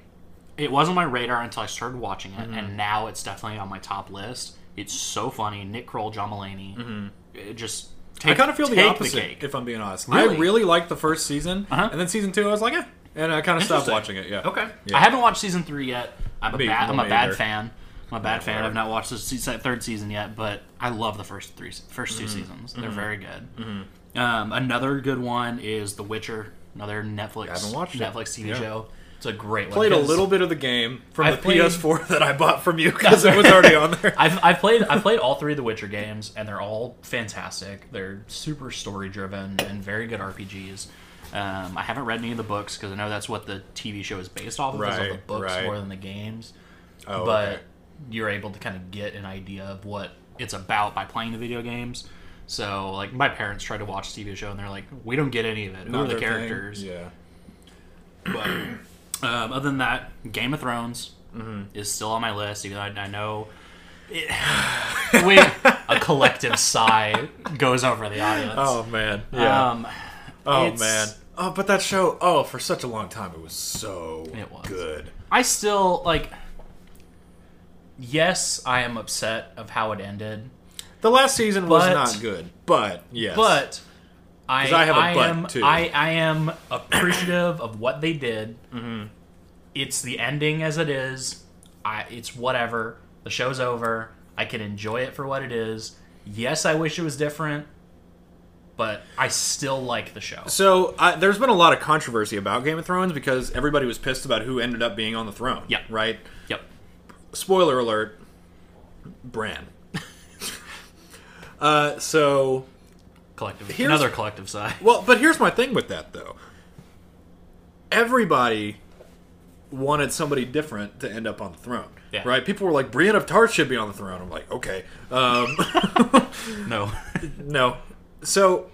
[SPEAKER 1] it wasn't my radar until I started watching it,
[SPEAKER 2] Mm-hmm.
[SPEAKER 1] and now it's definitely on my top list. It's so funny. Nick Kroll, John Mulaney.
[SPEAKER 2] Mm-hmm.
[SPEAKER 1] It just take,
[SPEAKER 2] I kind of feel the
[SPEAKER 1] take
[SPEAKER 2] opposite,
[SPEAKER 1] cake.
[SPEAKER 2] if I'm being honest.
[SPEAKER 1] Really?
[SPEAKER 2] I really liked the first season,
[SPEAKER 1] Uh-huh.
[SPEAKER 2] and then season two, I was like, eh. And I kind of stopped
[SPEAKER 1] Interesting.
[SPEAKER 2] watching it, yeah.
[SPEAKER 1] Okay.
[SPEAKER 2] Yeah.
[SPEAKER 1] I haven't watched season three yet. I'm a
[SPEAKER 2] Me-
[SPEAKER 1] bad. I'm
[SPEAKER 2] me
[SPEAKER 1] a bad
[SPEAKER 2] either.
[SPEAKER 1] fan. I'm a bad fan.
[SPEAKER 2] whatever.
[SPEAKER 1] I've not watched the se- se- third season yet, but I love the first three, se- first two
[SPEAKER 2] Mm-hmm.
[SPEAKER 1] seasons. They're very good. Um, another good one is The Witcher. Another Netflix.
[SPEAKER 2] I haven't watched it.
[SPEAKER 1] Netflix TV
[SPEAKER 2] Yeah.
[SPEAKER 1] show. It's a great
[SPEAKER 2] Played a
[SPEAKER 1] one.
[SPEAKER 2] little bit of the game from
[SPEAKER 1] I
[SPEAKER 2] the
[SPEAKER 1] played-
[SPEAKER 2] PS4 (laughs) that I bought from you because it was already on
[SPEAKER 1] (laughs)
[SPEAKER 2] there.
[SPEAKER 1] I've, I've played I've played all three of the Witcher games and they're all fantastic. They're super story driven and very good RPGs. Um, I haven't read any of the books because I know that's what the TV show is based off of, is all the
[SPEAKER 2] Right,
[SPEAKER 1] books
[SPEAKER 2] right.
[SPEAKER 1] more than the games.
[SPEAKER 2] Oh,
[SPEAKER 1] but
[SPEAKER 2] okay.
[SPEAKER 1] you're able to kind of get an idea of what it's about by playing the video games. So like my parents tried to watch a TV show and they're like, we don't get any of it. Who are
[SPEAKER 2] Another
[SPEAKER 1] the
[SPEAKER 2] thing.
[SPEAKER 1] characters?
[SPEAKER 2] Yeah.
[SPEAKER 1] But (clears throat) um, other than that, Game of Thrones
[SPEAKER 2] Mm-hmm.
[SPEAKER 1] is still on my list, even though I, I know. It,
[SPEAKER 2] (laughs)
[SPEAKER 1] we, a collective sigh goes over the audience.
[SPEAKER 2] Oh, man. Yeah.
[SPEAKER 1] Um,
[SPEAKER 2] oh,
[SPEAKER 1] it's-
[SPEAKER 2] man. Oh, but that show, oh, for such a long time, it was so
[SPEAKER 1] It was.
[SPEAKER 2] good.
[SPEAKER 1] I still like. Yes, I am upset of how it ended,
[SPEAKER 2] The last season was
[SPEAKER 1] But-
[SPEAKER 2] not good, but yes.
[SPEAKER 1] but I,
[SPEAKER 2] 'Cause I have a but,
[SPEAKER 1] am
[SPEAKER 2] too.
[SPEAKER 1] I, I am appreciative of what they did.
[SPEAKER 2] Mm-hmm.
[SPEAKER 1] It's the ending as it is. I it's whatever. The show's over. I can enjoy it for what it is. Yes, I wish it was different, but I still like the show.
[SPEAKER 2] So I there's been a lot of controversy about Game of Thrones because everybody was pissed about who ended up being on the throne.
[SPEAKER 1] Yeah.
[SPEAKER 2] Right.
[SPEAKER 1] Yep.
[SPEAKER 2] Spoiler alert. Bran. uh, so
[SPEAKER 1] Collective.
[SPEAKER 2] Here's-
[SPEAKER 1] another collective side.
[SPEAKER 2] well, but here's my thing with that though. Everybody wanted somebody different to end up on the throne.
[SPEAKER 1] Yeah.
[SPEAKER 2] Right? People were like, Brienne of Tarth should be on the throne. I'm like, okay. Um,
[SPEAKER 1] (laughs) No.
[SPEAKER 2] No. So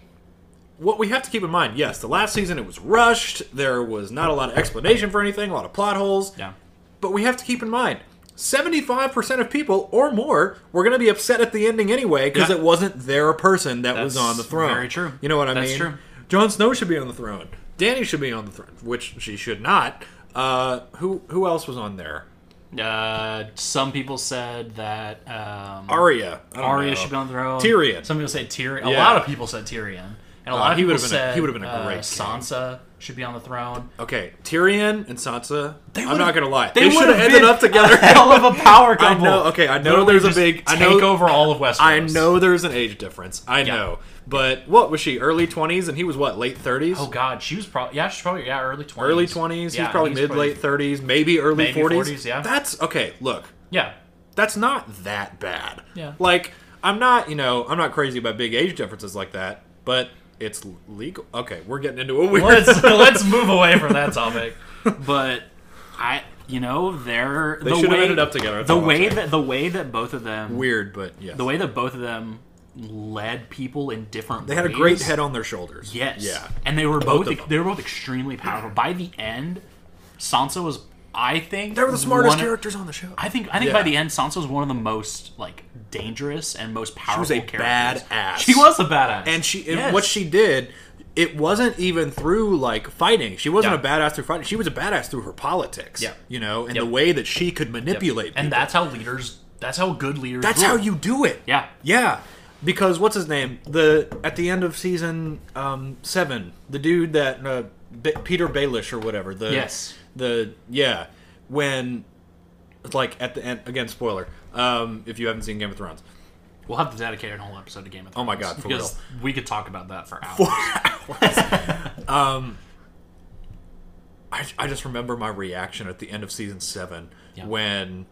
[SPEAKER 2] what we have to keep in mind, yes, the last season it was rushed. There was not a lot of explanation for anything, a lot of plot holes.
[SPEAKER 1] yeah.
[SPEAKER 2] But we have to keep in mind, 75% of people or more were going to be upset at the ending anyway because
[SPEAKER 1] Yeah.
[SPEAKER 2] it wasn't their person that was
[SPEAKER 1] That's
[SPEAKER 2] on the throne.
[SPEAKER 1] very true.
[SPEAKER 2] You know what I
[SPEAKER 1] That's
[SPEAKER 2] mean?
[SPEAKER 1] true.
[SPEAKER 2] Jon Snow should be on the throne. Danny should be on the throne, which she should not. Uh, who who else was on there?
[SPEAKER 1] Uh, some people said that um,
[SPEAKER 2] Arya. I don't
[SPEAKER 1] Arya
[SPEAKER 2] know.
[SPEAKER 1] should be on the throne.
[SPEAKER 2] Tyrion.
[SPEAKER 1] Some people say Tyrion. A
[SPEAKER 2] Yeah. Uh,
[SPEAKER 1] lot of people said Tyrion, and a lot of
[SPEAKER 2] he
[SPEAKER 1] people
[SPEAKER 2] would've been a-
[SPEAKER 1] said
[SPEAKER 2] he would've been a
[SPEAKER 1] uh,
[SPEAKER 2] great king.
[SPEAKER 1] Sansa should be on the throne.
[SPEAKER 2] Okay, Tyrion and Sansa. I'm
[SPEAKER 1] would've-
[SPEAKER 2] not gonna lie.
[SPEAKER 1] they
[SPEAKER 2] should
[SPEAKER 1] would've
[SPEAKER 2] have ended
[SPEAKER 1] been
[SPEAKER 2] up together.
[SPEAKER 1] a (laughs) hell of a power couple.
[SPEAKER 2] know- okay, I know
[SPEAKER 1] Literally
[SPEAKER 2] there's a
[SPEAKER 1] just
[SPEAKER 2] big- I
[SPEAKER 1] take
[SPEAKER 2] know-
[SPEAKER 1] over all of Westeros.
[SPEAKER 2] I know there's an age difference. I know, but what was she? Early 20s, and he was what? Late 30s.
[SPEAKER 1] Oh God, she was probably yeah, she's probably yeah, early twenties.
[SPEAKER 2] early 20s.
[SPEAKER 1] Yeah,
[SPEAKER 2] he's probably mid late 30s, maybe early
[SPEAKER 1] Maybe
[SPEAKER 2] 40s.
[SPEAKER 1] 40s, yeah.
[SPEAKER 2] That's okay. Look, (laughs)
[SPEAKER 1] Yeah,
[SPEAKER 2] that's not that bad.
[SPEAKER 1] Yeah.
[SPEAKER 2] Like I'm not, you know, I'm not crazy about big age differences like that, but it's legal. Okay, we're getting into a weird.
[SPEAKER 1] let's let's move away from that
[SPEAKER 2] (laughs)
[SPEAKER 1] topic. But I, you know, they're they the
[SPEAKER 2] should have
[SPEAKER 1] way-
[SPEAKER 2] ended up together, that's
[SPEAKER 1] The
[SPEAKER 2] all I'm
[SPEAKER 1] way
[SPEAKER 2] saying.
[SPEAKER 1] that the way that both of them
[SPEAKER 2] (laughs) weird, but yes.
[SPEAKER 1] the way that both of them led people in different
[SPEAKER 2] they had a great
[SPEAKER 1] ways-
[SPEAKER 2] head on their shoulders.
[SPEAKER 1] Yes.
[SPEAKER 2] Yeah.
[SPEAKER 1] And they were both,
[SPEAKER 2] of them.
[SPEAKER 1] they were both extremely powerful. By the end, Sansa was I think
[SPEAKER 2] They were the smartest
[SPEAKER 1] one-
[SPEAKER 2] characters on the show.
[SPEAKER 1] I think I think
[SPEAKER 2] Yeah.
[SPEAKER 1] by the end Sansa was one of the most like dangerous and most powerful
[SPEAKER 2] was a
[SPEAKER 1] characters.
[SPEAKER 2] badass.
[SPEAKER 1] She was a badass.
[SPEAKER 2] and she and
[SPEAKER 1] Yes.
[SPEAKER 2] what she did it wasn't even through like fighting she wasn't
[SPEAKER 1] Yeah.
[SPEAKER 2] a badass through fighting she was a badass through her politics
[SPEAKER 1] Yeah.
[SPEAKER 2] you know and
[SPEAKER 1] Yep.
[SPEAKER 2] the way that she could manipulate people.
[SPEAKER 1] And that's how leaders that's how good leaders
[SPEAKER 2] that's
[SPEAKER 1] rule.
[SPEAKER 2] how you do it
[SPEAKER 1] Yeah.
[SPEAKER 2] yeah because what's his name the at the end of season um seven the dude that uh, B- peter baelish or whatever the
[SPEAKER 1] Yes.
[SPEAKER 2] the yeah when like at the end again spoiler um if you haven't seen game of thrones
[SPEAKER 1] We'll have to dedicate an whole episode to Game of Thrones.
[SPEAKER 2] Oh my God, for
[SPEAKER 1] because we could talk about that for hours.
[SPEAKER 2] I, I just remember my reaction at the end of season seven
[SPEAKER 1] Yeah.
[SPEAKER 2] when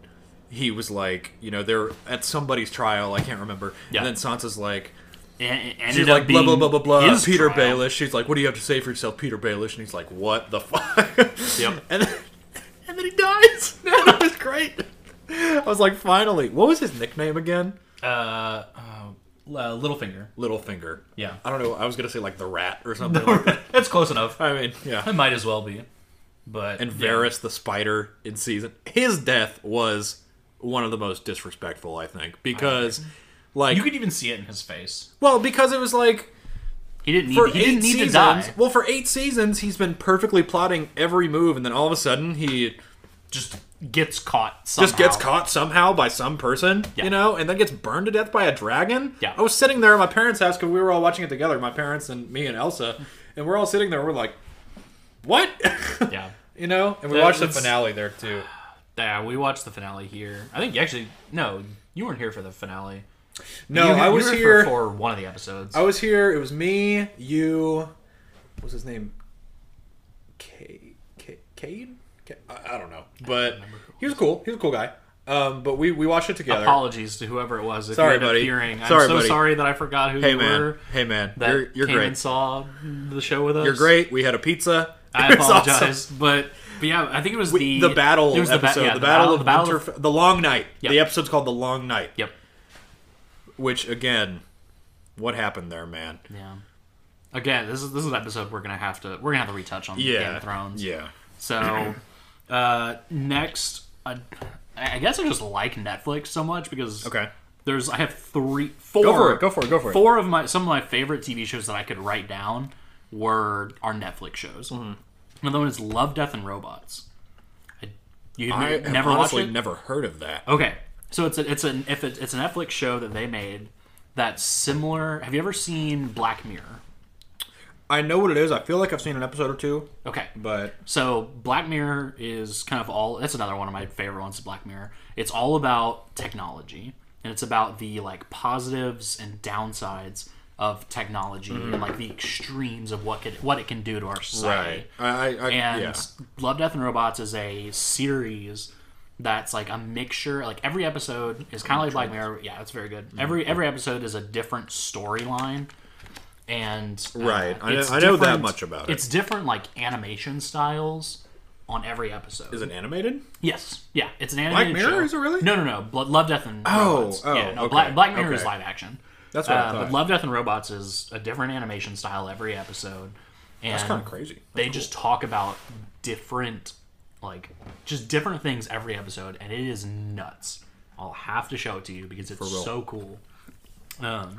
[SPEAKER 2] he was like, you know, they're at somebody's trial. I can't remember.
[SPEAKER 1] Yeah.
[SPEAKER 2] And then Sansa's like,
[SPEAKER 1] And, and
[SPEAKER 2] She's like, blah, blah, blah, blah, blah.
[SPEAKER 1] His
[SPEAKER 2] Peter
[SPEAKER 1] trial.
[SPEAKER 2] Baelish. She's like, what do you have to say for yourself, Peter Baelish? And he's like, what the fuck?
[SPEAKER 3] Yep.
[SPEAKER 2] (laughs) And then, and then he dies. (laughs) it was great. I was like, finally. What was his nickname again?
[SPEAKER 1] Uh, oh, uh, Littlefinger. (laughs)
[SPEAKER 2] Littlefinger.
[SPEAKER 1] Yeah,
[SPEAKER 2] I don't know. I was going to say, like, the rat or something. like that.
[SPEAKER 1] that's close enough.
[SPEAKER 2] (laughs) I mean,
[SPEAKER 1] (laughs)
[SPEAKER 2] yeah.
[SPEAKER 1] I might as well be. But
[SPEAKER 2] and Varys the spider in season. His death was one of the most disrespectful, I think, because like
[SPEAKER 1] you could even see it in his face.
[SPEAKER 2] well, because it was like
[SPEAKER 1] He didn't need.
[SPEAKER 2] for
[SPEAKER 1] he
[SPEAKER 2] eight
[SPEAKER 1] didn't need
[SPEAKER 2] seasons.
[SPEAKER 1] to die.
[SPEAKER 2] Well, for eight seasons, he's been perfectly plotting every move, and then all of a sudden, he
[SPEAKER 1] Just gets caught. Somehow.
[SPEAKER 2] just gets caught somehow by some person,
[SPEAKER 1] Yeah.
[SPEAKER 2] you know, and then gets burned to death by a dragon.
[SPEAKER 1] Yeah.
[SPEAKER 2] I was sitting there at my parents' house because we were all watching it together, my parents and me and Elsa, and we're all sitting there. We're like, what? (laughs)
[SPEAKER 1] Yeah.
[SPEAKER 2] you know, and we
[SPEAKER 1] Yeah,
[SPEAKER 2] watched the
[SPEAKER 1] it's-
[SPEAKER 2] finale there
[SPEAKER 1] (sighs)
[SPEAKER 2] too.
[SPEAKER 1] Yeah, we watched the finale here. I think you actually no, you weren't here for the finale.
[SPEAKER 2] No,
[SPEAKER 1] you,
[SPEAKER 2] I
[SPEAKER 1] you
[SPEAKER 2] was
[SPEAKER 1] were
[SPEAKER 2] here.
[SPEAKER 1] for, for one of the episodes.
[SPEAKER 2] I was here. It was me, you. What was his name? K. K. Cade? K- I, I don't know, but he was cool. He was a cool guy. Um, but we we watched it together.
[SPEAKER 1] Apologies to whoever it was. If
[SPEAKER 2] Sorry,
[SPEAKER 1] you ended up
[SPEAKER 2] buddy.
[SPEAKER 1] Hearing. I'm
[SPEAKER 2] Sorry,
[SPEAKER 1] so
[SPEAKER 2] buddy.
[SPEAKER 1] sorry that I forgot who
[SPEAKER 2] hey
[SPEAKER 1] you
[SPEAKER 2] man,
[SPEAKER 1] were.
[SPEAKER 2] hey man,
[SPEAKER 1] That
[SPEAKER 2] you're you're
[SPEAKER 1] came and
[SPEAKER 2] great.
[SPEAKER 1] saw the show with us.
[SPEAKER 2] You're great. We had a pizza.
[SPEAKER 1] I
[SPEAKER 2] It was awesome.
[SPEAKER 1] apologize, but, but yeah, I think it was
[SPEAKER 2] We-
[SPEAKER 1] the
[SPEAKER 2] The battle
[SPEAKER 1] It was
[SPEAKER 2] episode,
[SPEAKER 1] the, ba- yeah,
[SPEAKER 2] the, battle,
[SPEAKER 1] the battle
[SPEAKER 2] of Winterfell, the Long Night.
[SPEAKER 1] Yep.
[SPEAKER 2] The episode's called the Long Night,
[SPEAKER 1] Yep.
[SPEAKER 2] which again, what happened there, man?
[SPEAKER 1] Yeah. Again, this is this is an episode we're gonna have to we're gonna have to retouch on Game
[SPEAKER 2] Yeah,
[SPEAKER 1] of Thrones.
[SPEAKER 2] yeah.
[SPEAKER 1] So, uh, next, I, I guess I just like Netflix so much because
[SPEAKER 2] Okay.
[SPEAKER 1] there's I have three, four,
[SPEAKER 2] Go for it. Go for it. Go for it.
[SPEAKER 1] four of my some of my favorite TV shows that I could write down were our Netflix shows.
[SPEAKER 2] Mm-hmm.
[SPEAKER 1] Another one is Love, Death, and Robots. I, you
[SPEAKER 2] I have
[SPEAKER 1] never watched
[SPEAKER 2] honestly
[SPEAKER 1] it?
[SPEAKER 2] never heard of that.
[SPEAKER 1] Okay, so it's a, it's an if it, it's a Netflix show that they made that's similar. Have you ever seen Black Mirror?
[SPEAKER 2] I know what it is. I feel like I've seen an episode or two,
[SPEAKER 1] Okay,
[SPEAKER 2] but
[SPEAKER 1] So Black Mirror is kind of all that's another one of my favorite ones, Black Mirror. It's all about technology and it's about the like positives and downsides of technology and like the extremes of what could what it can do to our society.
[SPEAKER 2] I, I, I
[SPEAKER 1] And
[SPEAKER 2] yeah.
[SPEAKER 1] Love Death and Robots is a series that's like a mixture like every episode is kind of like Black Mirror. Yeah, it's very
[SPEAKER 2] Mm-hmm.
[SPEAKER 1] good. Every every episode is a different storyline and uh,
[SPEAKER 2] Right. I know-
[SPEAKER 1] it's
[SPEAKER 2] I know that
[SPEAKER 1] different-
[SPEAKER 2] much about it.
[SPEAKER 1] It's different like animation styles on every episode.
[SPEAKER 2] Is it animated?
[SPEAKER 1] Yes, yeah, it's an animated
[SPEAKER 2] Mirror?
[SPEAKER 1] show.
[SPEAKER 2] Is it really?
[SPEAKER 1] No, no, no. Blood, Love, Death, and
[SPEAKER 2] Oh,
[SPEAKER 1] Robots.
[SPEAKER 2] oh,
[SPEAKER 1] yeah, no,
[SPEAKER 2] okay,
[SPEAKER 1] Black, Black Mirror is
[SPEAKER 2] okay.
[SPEAKER 1] live action.
[SPEAKER 2] That's what I
[SPEAKER 1] Uh,
[SPEAKER 2] thought.
[SPEAKER 1] but Love, Death, and Robots is a different animation style every episode. And
[SPEAKER 2] That's kind of crazy.
[SPEAKER 1] they just talk about different like just different things every episode and it is nuts i'll have to show it to you because it's
[SPEAKER 2] real.
[SPEAKER 1] so cool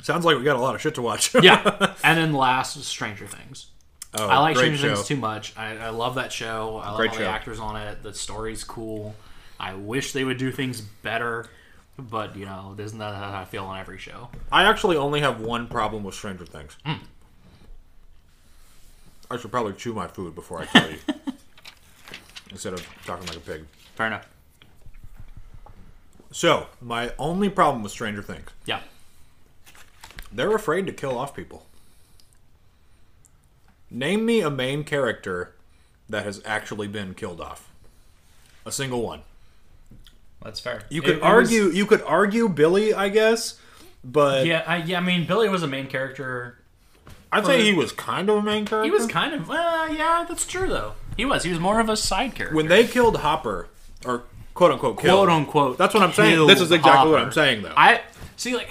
[SPEAKER 2] Sounds like we got a lot of shit to watch.
[SPEAKER 1] yeah (laughs) and then last is stranger things
[SPEAKER 2] (laughs) Oh,
[SPEAKER 1] i like
[SPEAKER 2] great
[SPEAKER 1] stranger
[SPEAKER 2] show.
[SPEAKER 1] things too much i, I love that show i love
[SPEAKER 2] Great
[SPEAKER 1] all
[SPEAKER 2] show.
[SPEAKER 1] the actors on it the story's cool i wish they would do things better but you know isn't that how i feel on every show
[SPEAKER 2] I actually only have one problem with Stranger Things.
[SPEAKER 1] Hmm.
[SPEAKER 2] I should probably chew my food before
[SPEAKER 1] (laughs)
[SPEAKER 2] I tell you, instead of talking like a pig.
[SPEAKER 1] fair enough
[SPEAKER 2] So my only problem with Stranger Things,
[SPEAKER 1] yeah
[SPEAKER 2] they're afraid to kill off people. Name me a main character that has actually been killed off. A single one.
[SPEAKER 1] that's fair
[SPEAKER 2] You could argue. You could argue Billy, I guess, but
[SPEAKER 1] yeah I, yeah I mean billy was a main character
[SPEAKER 2] I'd say he was kind of a main character.
[SPEAKER 1] He was kind of, uh, yeah, that's true though. He was. He was more of a side character.
[SPEAKER 2] when they killed Hopper, or quote unquote, killed,
[SPEAKER 1] quote unquote.
[SPEAKER 2] That's what I'm saying. This is
[SPEAKER 1] killed
[SPEAKER 2] exactly what
[SPEAKER 1] Hopper.
[SPEAKER 2] I'm saying, though.
[SPEAKER 1] I see, like,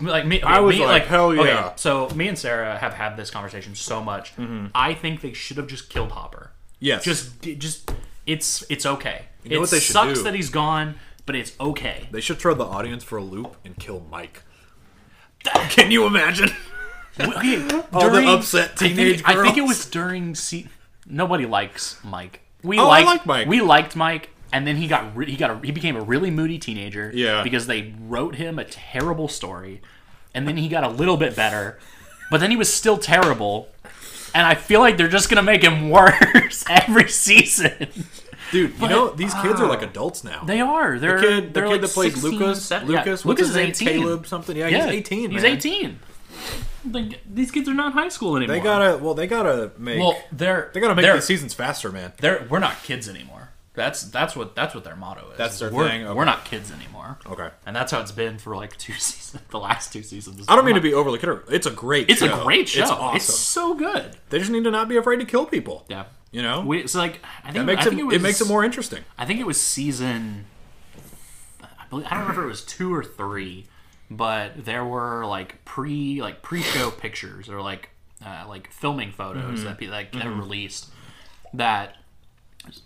[SPEAKER 1] like me.
[SPEAKER 2] I was
[SPEAKER 1] me,
[SPEAKER 2] like, hell
[SPEAKER 1] okay,
[SPEAKER 2] yeah. Mm-hmm.
[SPEAKER 1] so me and Sarah have had this conversation so much. I think they should have just killed Hopper.
[SPEAKER 2] yes,
[SPEAKER 1] Just, just, it's it's okay.
[SPEAKER 2] know
[SPEAKER 1] it
[SPEAKER 2] what they should
[SPEAKER 1] sucks
[SPEAKER 2] do?
[SPEAKER 1] that he's gone, but it's okay.
[SPEAKER 2] they should throw the audience for a loop and kill Mike. (laughs) Can you imagine?
[SPEAKER 1] Okay,
[SPEAKER 2] (laughs) All the
[SPEAKER 1] during-
[SPEAKER 2] upset
[SPEAKER 1] I think-
[SPEAKER 2] teenage
[SPEAKER 1] I think, it
[SPEAKER 2] girls.
[SPEAKER 1] was during. Se- Nobody likes Mike. We
[SPEAKER 2] Oh, I
[SPEAKER 1] liked,
[SPEAKER 2] like Mike.
[SPEAKER 1] We liked Mike, and then he got re- he got a, he became a really moody teenager.
[SPEAKER 2] Yeah.
[SPEAKER 1] because they wrote him a terrible story, and then he got a little bit better, but then he was still terrible. And I feel like they're just gonna make him (laughs) worse every season.
[SPEAKER 2] Dude, you know these kids are like adults now.
[SPEAKER 1] They are. uh, They're
[SPEAKER 2] the kid, the
[SPEAKER 1] they're
[SPEAKER 2] kid
[SPEAKER 1] like
[SPEAKER 2] that plays
[SPEAKER 1] 16,
[SPEAKER 2] Lucas,
[SPEAKER 1] seven- yeah,
[SPEAKER 2] Lucas,
[SPEAKER 1] Lucas
[SPEAKER 2] what's his
[SPEAKER 1] is
[SPEAKER 2] name?
[SPEAKER 1] 18.
[SPEAKER 2] Caleb something. Yeah, he's 18.
[SPEAKER 1] He's
[SPEAKER 2] man.
[SPEAKER 1] eighteen. Like, these kids are not in high school anymore.
[SPEAKER 2] They gotta. Well, they gotta make.
[SPEAKER 1] Well, they're
[SPEAKER 2] they gotta make
[SPEAKER 1] they're,
[SPEAKER 2] these seasons faster, man.
[SPEAKER 1] they're we're not kids anymore. That's that's what that's what their motto is.
[SPEAKER 2] That's
[SPEAKER 1] is
[SPEAKER 2] their
[SPEAKER 1] we're,
[SPEAKER 2] thing? Okay.
[SPEAKER 1] We're not kids anymore.
[SPEAKER 2] Okay.
[SPEAKER 1] And that's how it's been for like two (laughs) seasons, the last two seasons.
[SPEAKER 2] I don't mean to be overly critical. It's a great.
[SPEAKER 1] It's
[SPEAKER 2] show.
[SPEAKER 1] a great show.
[SPEAKER 2] It's awesome.
[SPEAKER 1] so good.
[SPEAKER 2] They just need to not be afraid to kill people.
[SPEAKER 1] Yeah.
[SPEAKER 2] You know,
[SPEAKER 1] We, it's like I think,
[SPEAKER 2] that makes
[SPEAKER 1] I
[SPEAKER 2] it,
[SPEAKER 1] think
[SPEAKER 2] it,
[SPEAKER 1] was,
[SPEAKER 2] makes it more interesting.
[SPEAKER 1] I think it was season. I believe I don't remember if it was two or three, but there were like pre like pre show pictures or like uh, like filming photos that be like that released that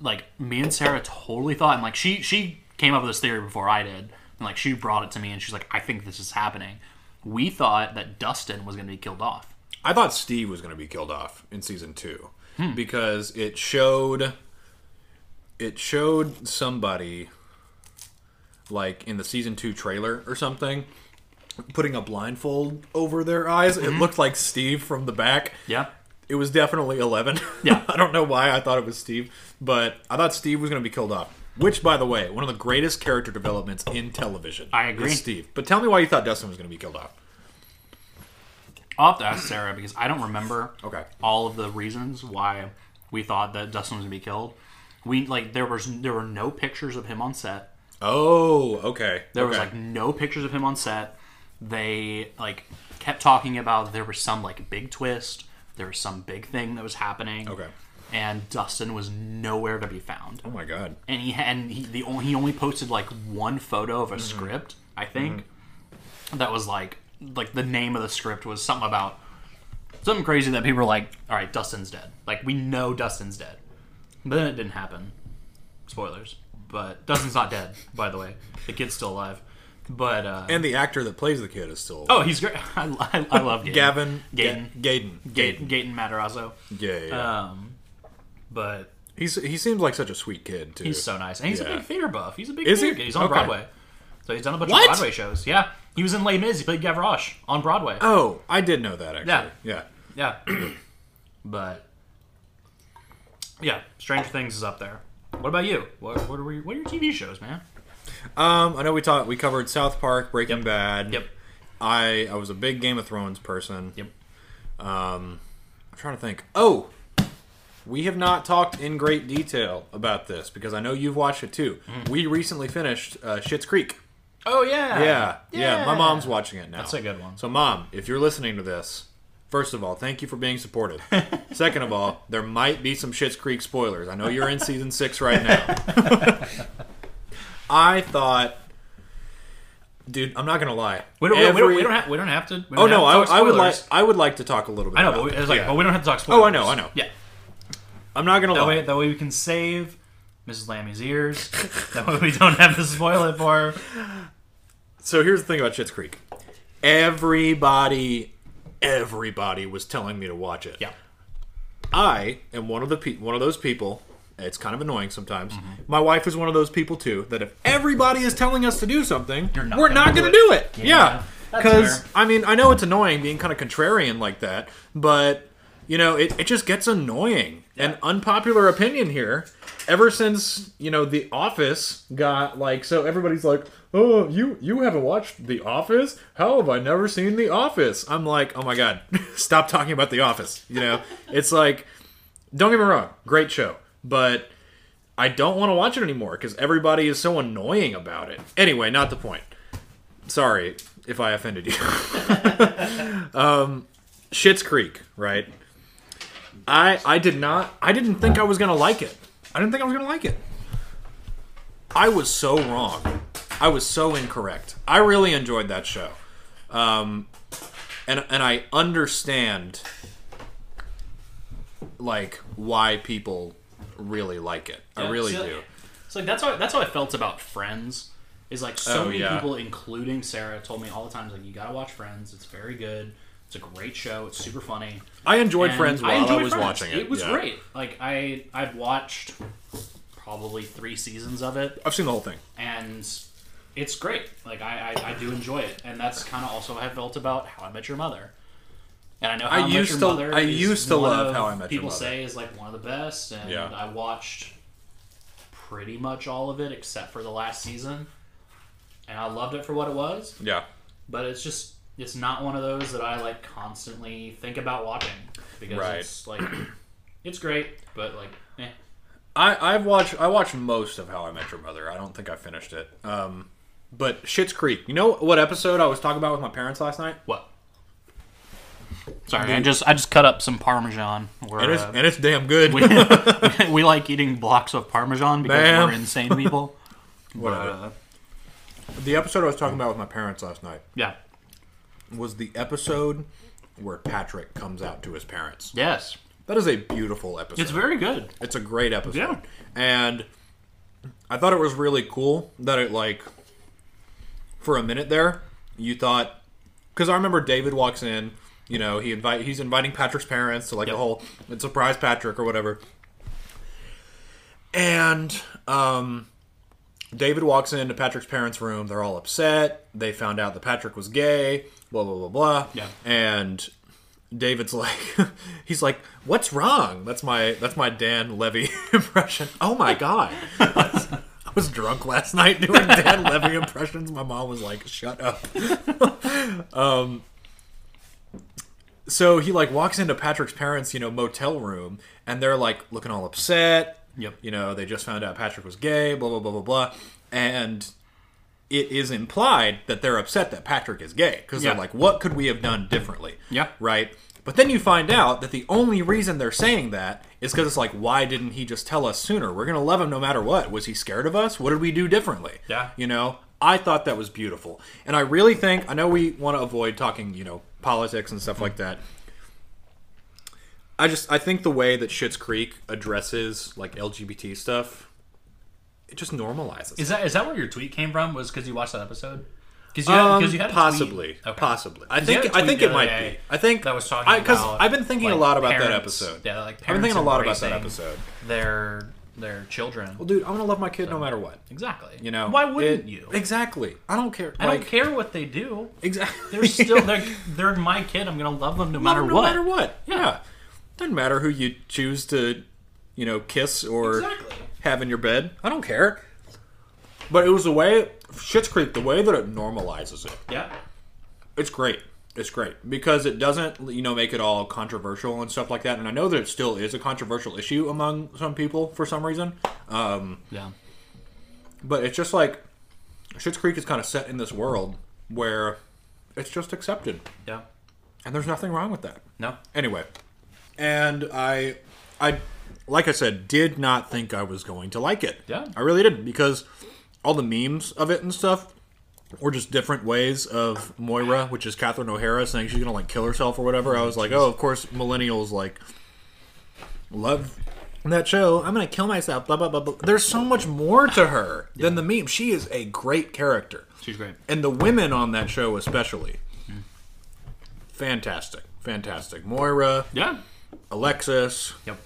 [SPEAKER 1] like me and Sarah totally thought and like she she came up with this theory before I did and like she brought it to me and she's like I think this is happening. We thought that Dustin was going to be killed off.
[SPEAKER 2] I thought Steve was going to be killed off in season two
[SPEAKER 1] Hmm.
[SPEAKER 2] because it showed it showed somebody like in the season two trailer or something putting a blindfold over their eyes.
[SPEAKER 1] Hmm.
[SPEAKER 2] It looked like Steve from the back.
[SPEAKER 1] Yeah.
[SPEAKER 2] It was definitely Eleven.
[SPEAKER 1] Yeah.
[SPEAKER 2] (laughs) I don't know why I thought it was Steve, but I thought Steve was going to be killed off. Which, by the way, one of the greatest character developments in television.
[SPEAKER 1] I agree.
[SPEAKER 2] Is Steve. But tell me why you thought Dustin was going to be killed off.
[SPEAKER 1] I'll have to ask Sarah because I don't remember
[SPEAKER 2] Okay.
[SPEAKER 1] all of the reasons why we thought that Dustin was gonna be killed. We like there was there were no pictures of him on set.
[SPEAKER 2] Oh, okay.
[SPEAKER 1] There was
[SPEAKER 2] Okay.
[SPEAKER 1] like no pictures of him on set. They like kept talking about there was some like big twist. There was some big thing that was happening.
[SPEAKER 2] Okay.
[SPEAKER 1] And Dustin was nowhere to be found.
[SPEAKER 2] Oh my god.
[SPEAKER 1] And he and he the only, he only posted like one photo
[SPEAKER 2] Mm-hmm.
[SPEAKER 1] of a script, I think. That was like like the name of the script was something about something crazy that people were like, "All right, Dustin's dead." Like we know Dustin's dead, but then it didn't happen. Spoilers, but Dustin's not
[SPEAKER 2] (laughs)
[SPEAKER 1] dead, by the way. The kid's still alive, but uh,
[SPEAKER 2] And the actor that plays the kid is still
[SPEAKER 1] oh, he's great. (laughs) I, I, I love Gaten.
[SPEAKER 2] Gavin
[SPEAKER 1] Gaten.
[SPEAKER 2] Ga- Gaden.
[SPEAKER 1] Gaten, Gaten Matarazzo.
[SPEAKER 2] Yeah, yeah, yeah.
[SPEAKER 1] Um, but
[SPEAKER 2] he's he seems like such a sweet kid too.
[SPEAKER 1] He's so nice, and he's
[SPEAKER 2] Yeah.
[SPEAKER 1] a big theater buff. He's a big
[SPEAKER 2] Is
[SPEAKER 1] theater
[SPEAKER 2] he?
[SPEAKER 1] kid. He's on
[SPEAKER 2] Okay.
[SPEAKER 1] Broadway, so he's done a bunch
[SPEAKER 2] What?
[SPEAKER 1] of Broadway shows. Yeah, he was in Les Mis. He played Gavroche on Broadway.
[SPEAKER 2] oh, I did know that actually.
[SPEAKER 1] Yeah.
[SPEAKER 2] Yeah.
[SPEAKER 1] Yeah, (clears throat) but yeah, Stranger Things is up there. What about you? What, what are we, What are your TV shows, man?
[SPEAKER 2] Um, I know we talked we covered South Park, Breaking Bad.
[SPEAKER 1] Yep.
[SPEAKER 2] I I was a big Game of Thrones person. Um,
[SPEAKER 1] Yep.
[SPEAKER 2] I'm trying to think. Oh, we have not talked in great detail about this because I know you've watched it too.
[SPEAKER 1] Mm-hmm.
[SPEAKER 2] We recently finished uh, Shit's Creek.
[SPEAKER 1] Oh yeah,
[SPEAKER 2] Yeah, yeah, My mom's watching it now.
[SPEAKER 1] That's a good one.
[SPEAKER 2] So, mom, if you're listening to this, first of all, thank you for being
[SPEAKER 1] (laughs)
[SPEAKER 2] supportive. Second of all, there might be some Shit's Creek spoilers. I know you're in season six
[SPEAKER 1] (laughs)
[SPEAKER 2] right now. I thought, dude, I'm not gonna lie.
[SPEAKER 1] We don't, we don't- we don't,
[SPEAKER 2] Every-
[SPEAKER 1] we don't have. We don't have to. we
[SPEAKER 2] Oh
[SPEAKER 1] don't
[SPEAKER 2] no, I,
[SPEAKER 1] have to talk
[SPEAKER 2] I would like.
[SPEAKER 1] spoilers.
[SPEAKER 2] I would like to talk a little bit.
[SPEAKER 1] I know,
[SPEAKER 2] about
[SPEAKER 1] but we,
[SPEAKER 2] it.
[SPEAKER 1] it's like,
[SPEAKER 2] Yeah.
[SPEAKER 1] but we don't have to talk spoilers.
[SPEAKER 2] Oh, I know, I know.
[SPEAKER 1] Yeah,
[SPEAKER 2] I'm not gonna
[SPEAKER 1] that
[SPEAKER 2] lie.
[SPEAKER 1] way, that way we can save Mrs. Lammy's
[SPEAKER 2] (laughs)
[SPEAKER 1] ears. that way we don't have to spoil it for her.
[SPEAKER 2] So here's the thing about Shit's Creek. Everybody, everybody was telling me to watch it.
[SPEAKER 1] Yeah.
[SPEAKER 2] I am one of the pe- one of those people. It's kind of annoying sometimes.
[SPEAKER 1] Mm-hmm.
[SPEAKER 2] My wife is one of those people too. That if everybody is telling us to do something,
[SPEAKER 1] not
[SPEAKER 2] we're
[SPEAKER 1] gonna
[SPEAKER 2] not
[SPEAKER 1] do
[SPEAKER 2] going to
[SPEAKER 1] it.
[SPEAKER 2] do
[SPEAKER 1] Yeah,
[SPEAKER 2] it. Yeah,
[SPEAKER 1] that's
[SPEAKER 2] because
[SPEAKER 1] fair.
[SPEAKER 2] I mean, I know it's annoying being kind of contrarian like that, but you know, it, it just gets annoying. An unpopular opinion here. Ever since you know, The Office got like so, everybody's like, "Oh, you you haven't watched The Office? How have I never seen The Office?" I'm like, "Oh my god, (laughs) stop talking about The Office."
[SPEAKER 1] (laughs)
[SPEAKER 2] You know, it's like, don't get me wrong, great show, but I don't want to watch it anymore because everybody is so annoying about it. Anyway, not the point. Sorry if I offended you. (laughs) um, Shit's Creek, right? I I did not. I didn't think I was gonna like it. I didn't think I was gonna like it. I was so wrong. I was so incorrect. I really enjoyed that show, um, and and I understand like why people really like it. I
[SPEAKER 1] Yeah,
[SPEAKER 2] really
[SPEAKER 1] see,
[SPEAKER 2] do.
[SPEAKER 1] like- So like that's how that's how I felt about Friends. Is like so
[SPEAKER 2] Oh,
[SPEAKER 1] many
[SPEAKER 2] yeah.
[SPEAKER 1] people, including Sarah, told me all the times like you gotta watch Friends. It's very good. It's a great show. It's super funny.
[SPEAKER 2] I enjoyed
[SPEAKER 1] And
[SPEAKER 2] Friends while I,
[SPEAKER 1] enjoyed
[SPEAKER 2] was
[SPEAKER 1] Friends.
[SPEAKER 2] watching it.
[SPEAKER 1] It was
[SPEAKER 2] yeah.
[SPEAKER 1] great. Like I I've watched probably three seasons of it,
[SPEAKER 2] I've seen the whole thing.
[SPEAKER 1] and it's great. Like I I, I do enjoy it, and that's kind of also how I felt about How I Met Your Mother. And I know How I, Met
[SPEAKER 2] used
[SPEAKER 1] Your
[SPEAKER 2] to-
[SPEAKER 1] Mother.
[SPEAKER 2] I
[SPEAKER 1] is
[SPEAKER 2] used to
[SPEAKER 1] one
[SPEAKER 2] love
[SPEAKER 1] of-
[SPEAKER 2] How I Met Your
[SPEAKER 1] People
[SPEAKER 2] Mother.
[SPEAKER 1] say is like one of the best, and
[SPEAKER 2] Yeah.
[SPEAKER 1] I watched pretty much all of it except for the last season, and I loved it for what it was.
[SPEAKER 2] Yeah.
[SPEAKER 1] But it's just it's not one of those that I like (clears throat) constantly think about watching because
[SPEAKER 2] Right.
[SPEAKER 1] it's like it's great, but like eh.
[SPEAKER 2] I, I've watched I watched most of How I Met Your Mother. I don't think I finished it. Um, but Shit's Creek. You know what episode I was talking about with my parents last night?
[SPEAKER 1] What? Sorry, I just I just cut up some parmesan. We're,
[SPEAKER 2] And it's
[SPEAKER 1] uh, (laughs)
[SPEAKER 2] and it's damn good.
[SPEAKER 1] we, (laughs) we like eating blocks of parmesan because
[SPEAKER 2] Man.
[SPEAKER 1] we're insane people.
[SPEAKER 2] (laughs) (laughs) Whatever.
[SPEAKER 1] Uh,
[SPEAKER 2] the episode I was talking about with my parents last night
[SPEAKER 1] yeah.
[SPEAKER 2] was the episode where Patrick comes out to his parents.
[SPEAKER 1] Yes.
[SPEAKER 2] That is a beautiful episode.
[SPEAKER 1] It's very good.
[SPEAKER 2] It's a great episode.
[SPEAKER 1] Yeah.
[SPEAKER 2] And I thought it was really cool that it like for a minute there, you thought cuz I remember David walks in, you know, he invite he's inviting Patrick's parents to like a
[SPEAKER 1] Yep.
[SPEAKER 2] whole and surprise Patrick or whatever. And um David walks into Patrick's parents' room. They're all upset. They found out that Patrick was gay, blah blah blah blah.
[SPEAKER 1] Yeah.
[SPEAKER 2] And David's (laughs) like, he's like, "What's wrong?" That's my that's my Dan Levy (laughs) impression. Oh my god, I was drunk last night doing Dan Levy impressions. My mom was like, "Shut up." (laughs) um, so he like walks into Patrick's parents, you know, motel room, and they're like looking all upset.
[SPEAKER 1] Yep.
[SPEAKER 2] You know, they just found out Patrick was gay. Blah blah blah blah blah, and it is implied that they're upset that Patrick is gay because
[SPEAKER 1] Yeah.
[SPEAKER 2] they're like, what could we have done differently?
[SPEAKER 1] Yeah.
[SPEAKER 2] Right? But then you find out that the only reason they're saying that is because it's like, why didn't he just tell us sooner? We're going to love him no matter what. Was he scared of us? What did we do differently?
[SPEAKER 1] Yeah.
[SPEAKER 2] You know, I thought that was beautiful. And I really think, I know we want to avoid talking, you know, politics and stuff like that. I just, I think the way that Schitt's Creek addresses like LGBT stuff, it just normalizes.
[SPEAKER 3] Is that is that where your tweet came from? Was because you watched that episode? Because you,
[SPEAKER 2] Um,
[SPEAKER 3] had- 'cause you had a tweet-
[SPEAKER 2] possibly,
[SPEAKER 3] Okay.
[SPEAKER 2] possibly. I
[SPEAKER 3] you had
[SPEAKER 2] think
[SPEAKER 3] a
[SPEAKER 2] I
[SPEAKER 3] tweet
[SPEAKER 2] think
[SPEAKER 3] the
[SPEAKER 2] it
[SPEAKER 3] other
[SPEAKER 2] might
[SPEAKER 3] day
[SPEAKER 2] be. I think
[SPEAKER 3] that was talking
[SPEAKER 2] because
[SPEAKER 3] about,
[SPEAKER 2] I've been thinking a
[SPEAKER 3] like,
[SPEAKER 2] lot about that
[SPEAKER 3] parents.
[SPEAKER 2] episode.
[SPEAKER 3] Yeah, like
[SPEAKER 2] I've been
[SPEAKER 3] parents
[SPEAKER 2] thinking a lot about that
[SPEAKER 1] embracing-
[SPEAKER 2] episode.
[SPEAKER 1] Their their children.
[SPEAKER 2] Well, dude, I'm gonna love my kid no matter what.
[SPEAKER 1] Exactly.
[SPEAKER 2] You know,
[SPEAKER 1] why wouldn't
[SPEAKER 2] It-
[SPEAKER 1] you?
[SPEAKER 2] Exactly. I don't care.
[SPEAKER 1] I
[SPEAKER 2] like,
[SPEAKER 1] don't care what they do.
[SPEAKER 2] Exactly.
[SPEAKER 1] They're
[SPEAKER 2] (laughs)
[SPEAKER 1] still they're they're my kid. I'm gonna love them no matter
[SPEAKER 2] no
[SPEAKER 1] what.
[SPEAKER 2] matter what.
[SPEAKER 1] Yeah.
[SPEAKER 2] Yeah. Doesn't matter who you choose to, you know, kiss or
[SPEAKER 1] Exactly.
[SPEAKER 2] have in your bed. I don't care. But it was the way Shit's Creek, the way that it normalizes it.
[SPEAKER 1] Yeah.
[SPEAKER 2] it's great. It's great because it doesn't, you know, make it all controversial and stuff like that. And I know that it still is a controversial issue among some people for some reason,
[SPEAKER 1] Yeah.
[SPEAKER 2] but it's just like Schitt's Creek is kind of set in this world where it's just accepted,
[SPEAKER 1] Yeah.
[SPEAKER 2] and there's nothing wrong with that.
[SPEAKER 1] No.
[SPEAKER 2] Anyway, and I, I, like I said, did not think I was going to like it.
[SPEAKER 1] Yeah.
[SPEAKER 2] I really didn't because all the memes of it and stuff were just different ways of Moira, which is Catherine O'Hara saying she's gonna like kill herself or whatever. I was like, oh, of course, millennials like love that show. I'm gonna kill myself. Blah blah blah. blah. There's so much more to her than the meme. She is a great character
[SPEAKER 1] She's great.
[SPEAKER 2] and the women on that show especially fantastic fantastic moira
[SPEAKER 1] Yeah.
[SPEAKER 2] alexis
[SPEAKER 1] Yep.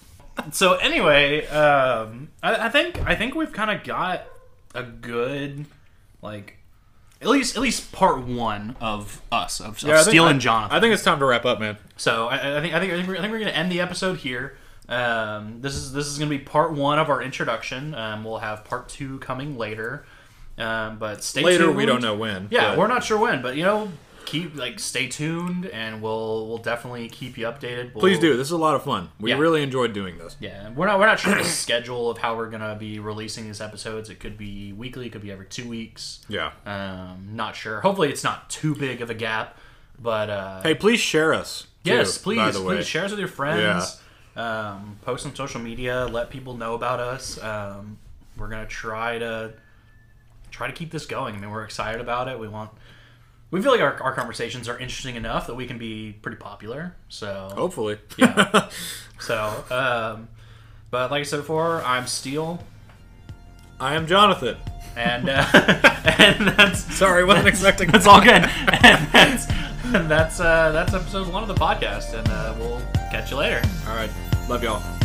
[SPEAKER 1] So anyway, um, I, I think I think we've kind of got a good like at least at least part one of us of, of Steel and Jonathan.
[SPEAKER 2] i think it's time to wrap up man
[SPEAKER 1] So I, I think I think I think we're, I think we're going to end the episode here. Um, this is this is going to be part one of our introduction. Um, we'll have part two coming later. Um, but stay
[SPEAKER 2] later
[SPEAKER 1] tuned.
[SPEAKER 2] we don't know when
[SPEAKER 1] Yeah,
[SPEAKER 2] but-
[SPEAKER 1] we're not sure when, but you know, keep like stay tuned, and we'll we'll definitely keep you updated. We'll,
[SPEAKER 2] please do this is a lot of fun we
[SPEAKER 1] Yeah.
[SPEAKER 2] really enjoyed doing this
[SPEAKER 1] Yeah, we're not we're not sure the (coughs) schedule of how we're gonna be releasing these episodes. It could be weekly, it could be every two weeks.
[SPEAKER 2] yeah
[SPEAKER 1] Um, not sure. Hopefully, it's not too big of a gap. But uh,
[SPEAKER 2] hey please share us too,
[SPEAKER 1] Yes, please,
[SPEAKER 2] by the way
[SPEAKER 1] please share us with your friends. Um, post on social media. Let people know about us. Um, we're gonna try to try to keep this going. I mean, we're excited about it. We want. We feel like our, our conversations are interesting enough that we can be pretty popular. So
[SPEAKER 2] hopefully
[SPEAKER 1] yeah. (laughs) so, um, but like I said before, I'm Steel,
[SPEAKER 2] i am jonathan
[SPEAKER 1] and uh, (laughs) and that's
[SPEAKER 2] sorry (laughs) wasn't expecting
[SPEAKER 1] that's all good. (laughs) And that's and that's uh, that's episode one of the podcast, and uh, we'll catch you later.
[SPEAKER 2] all right love y'all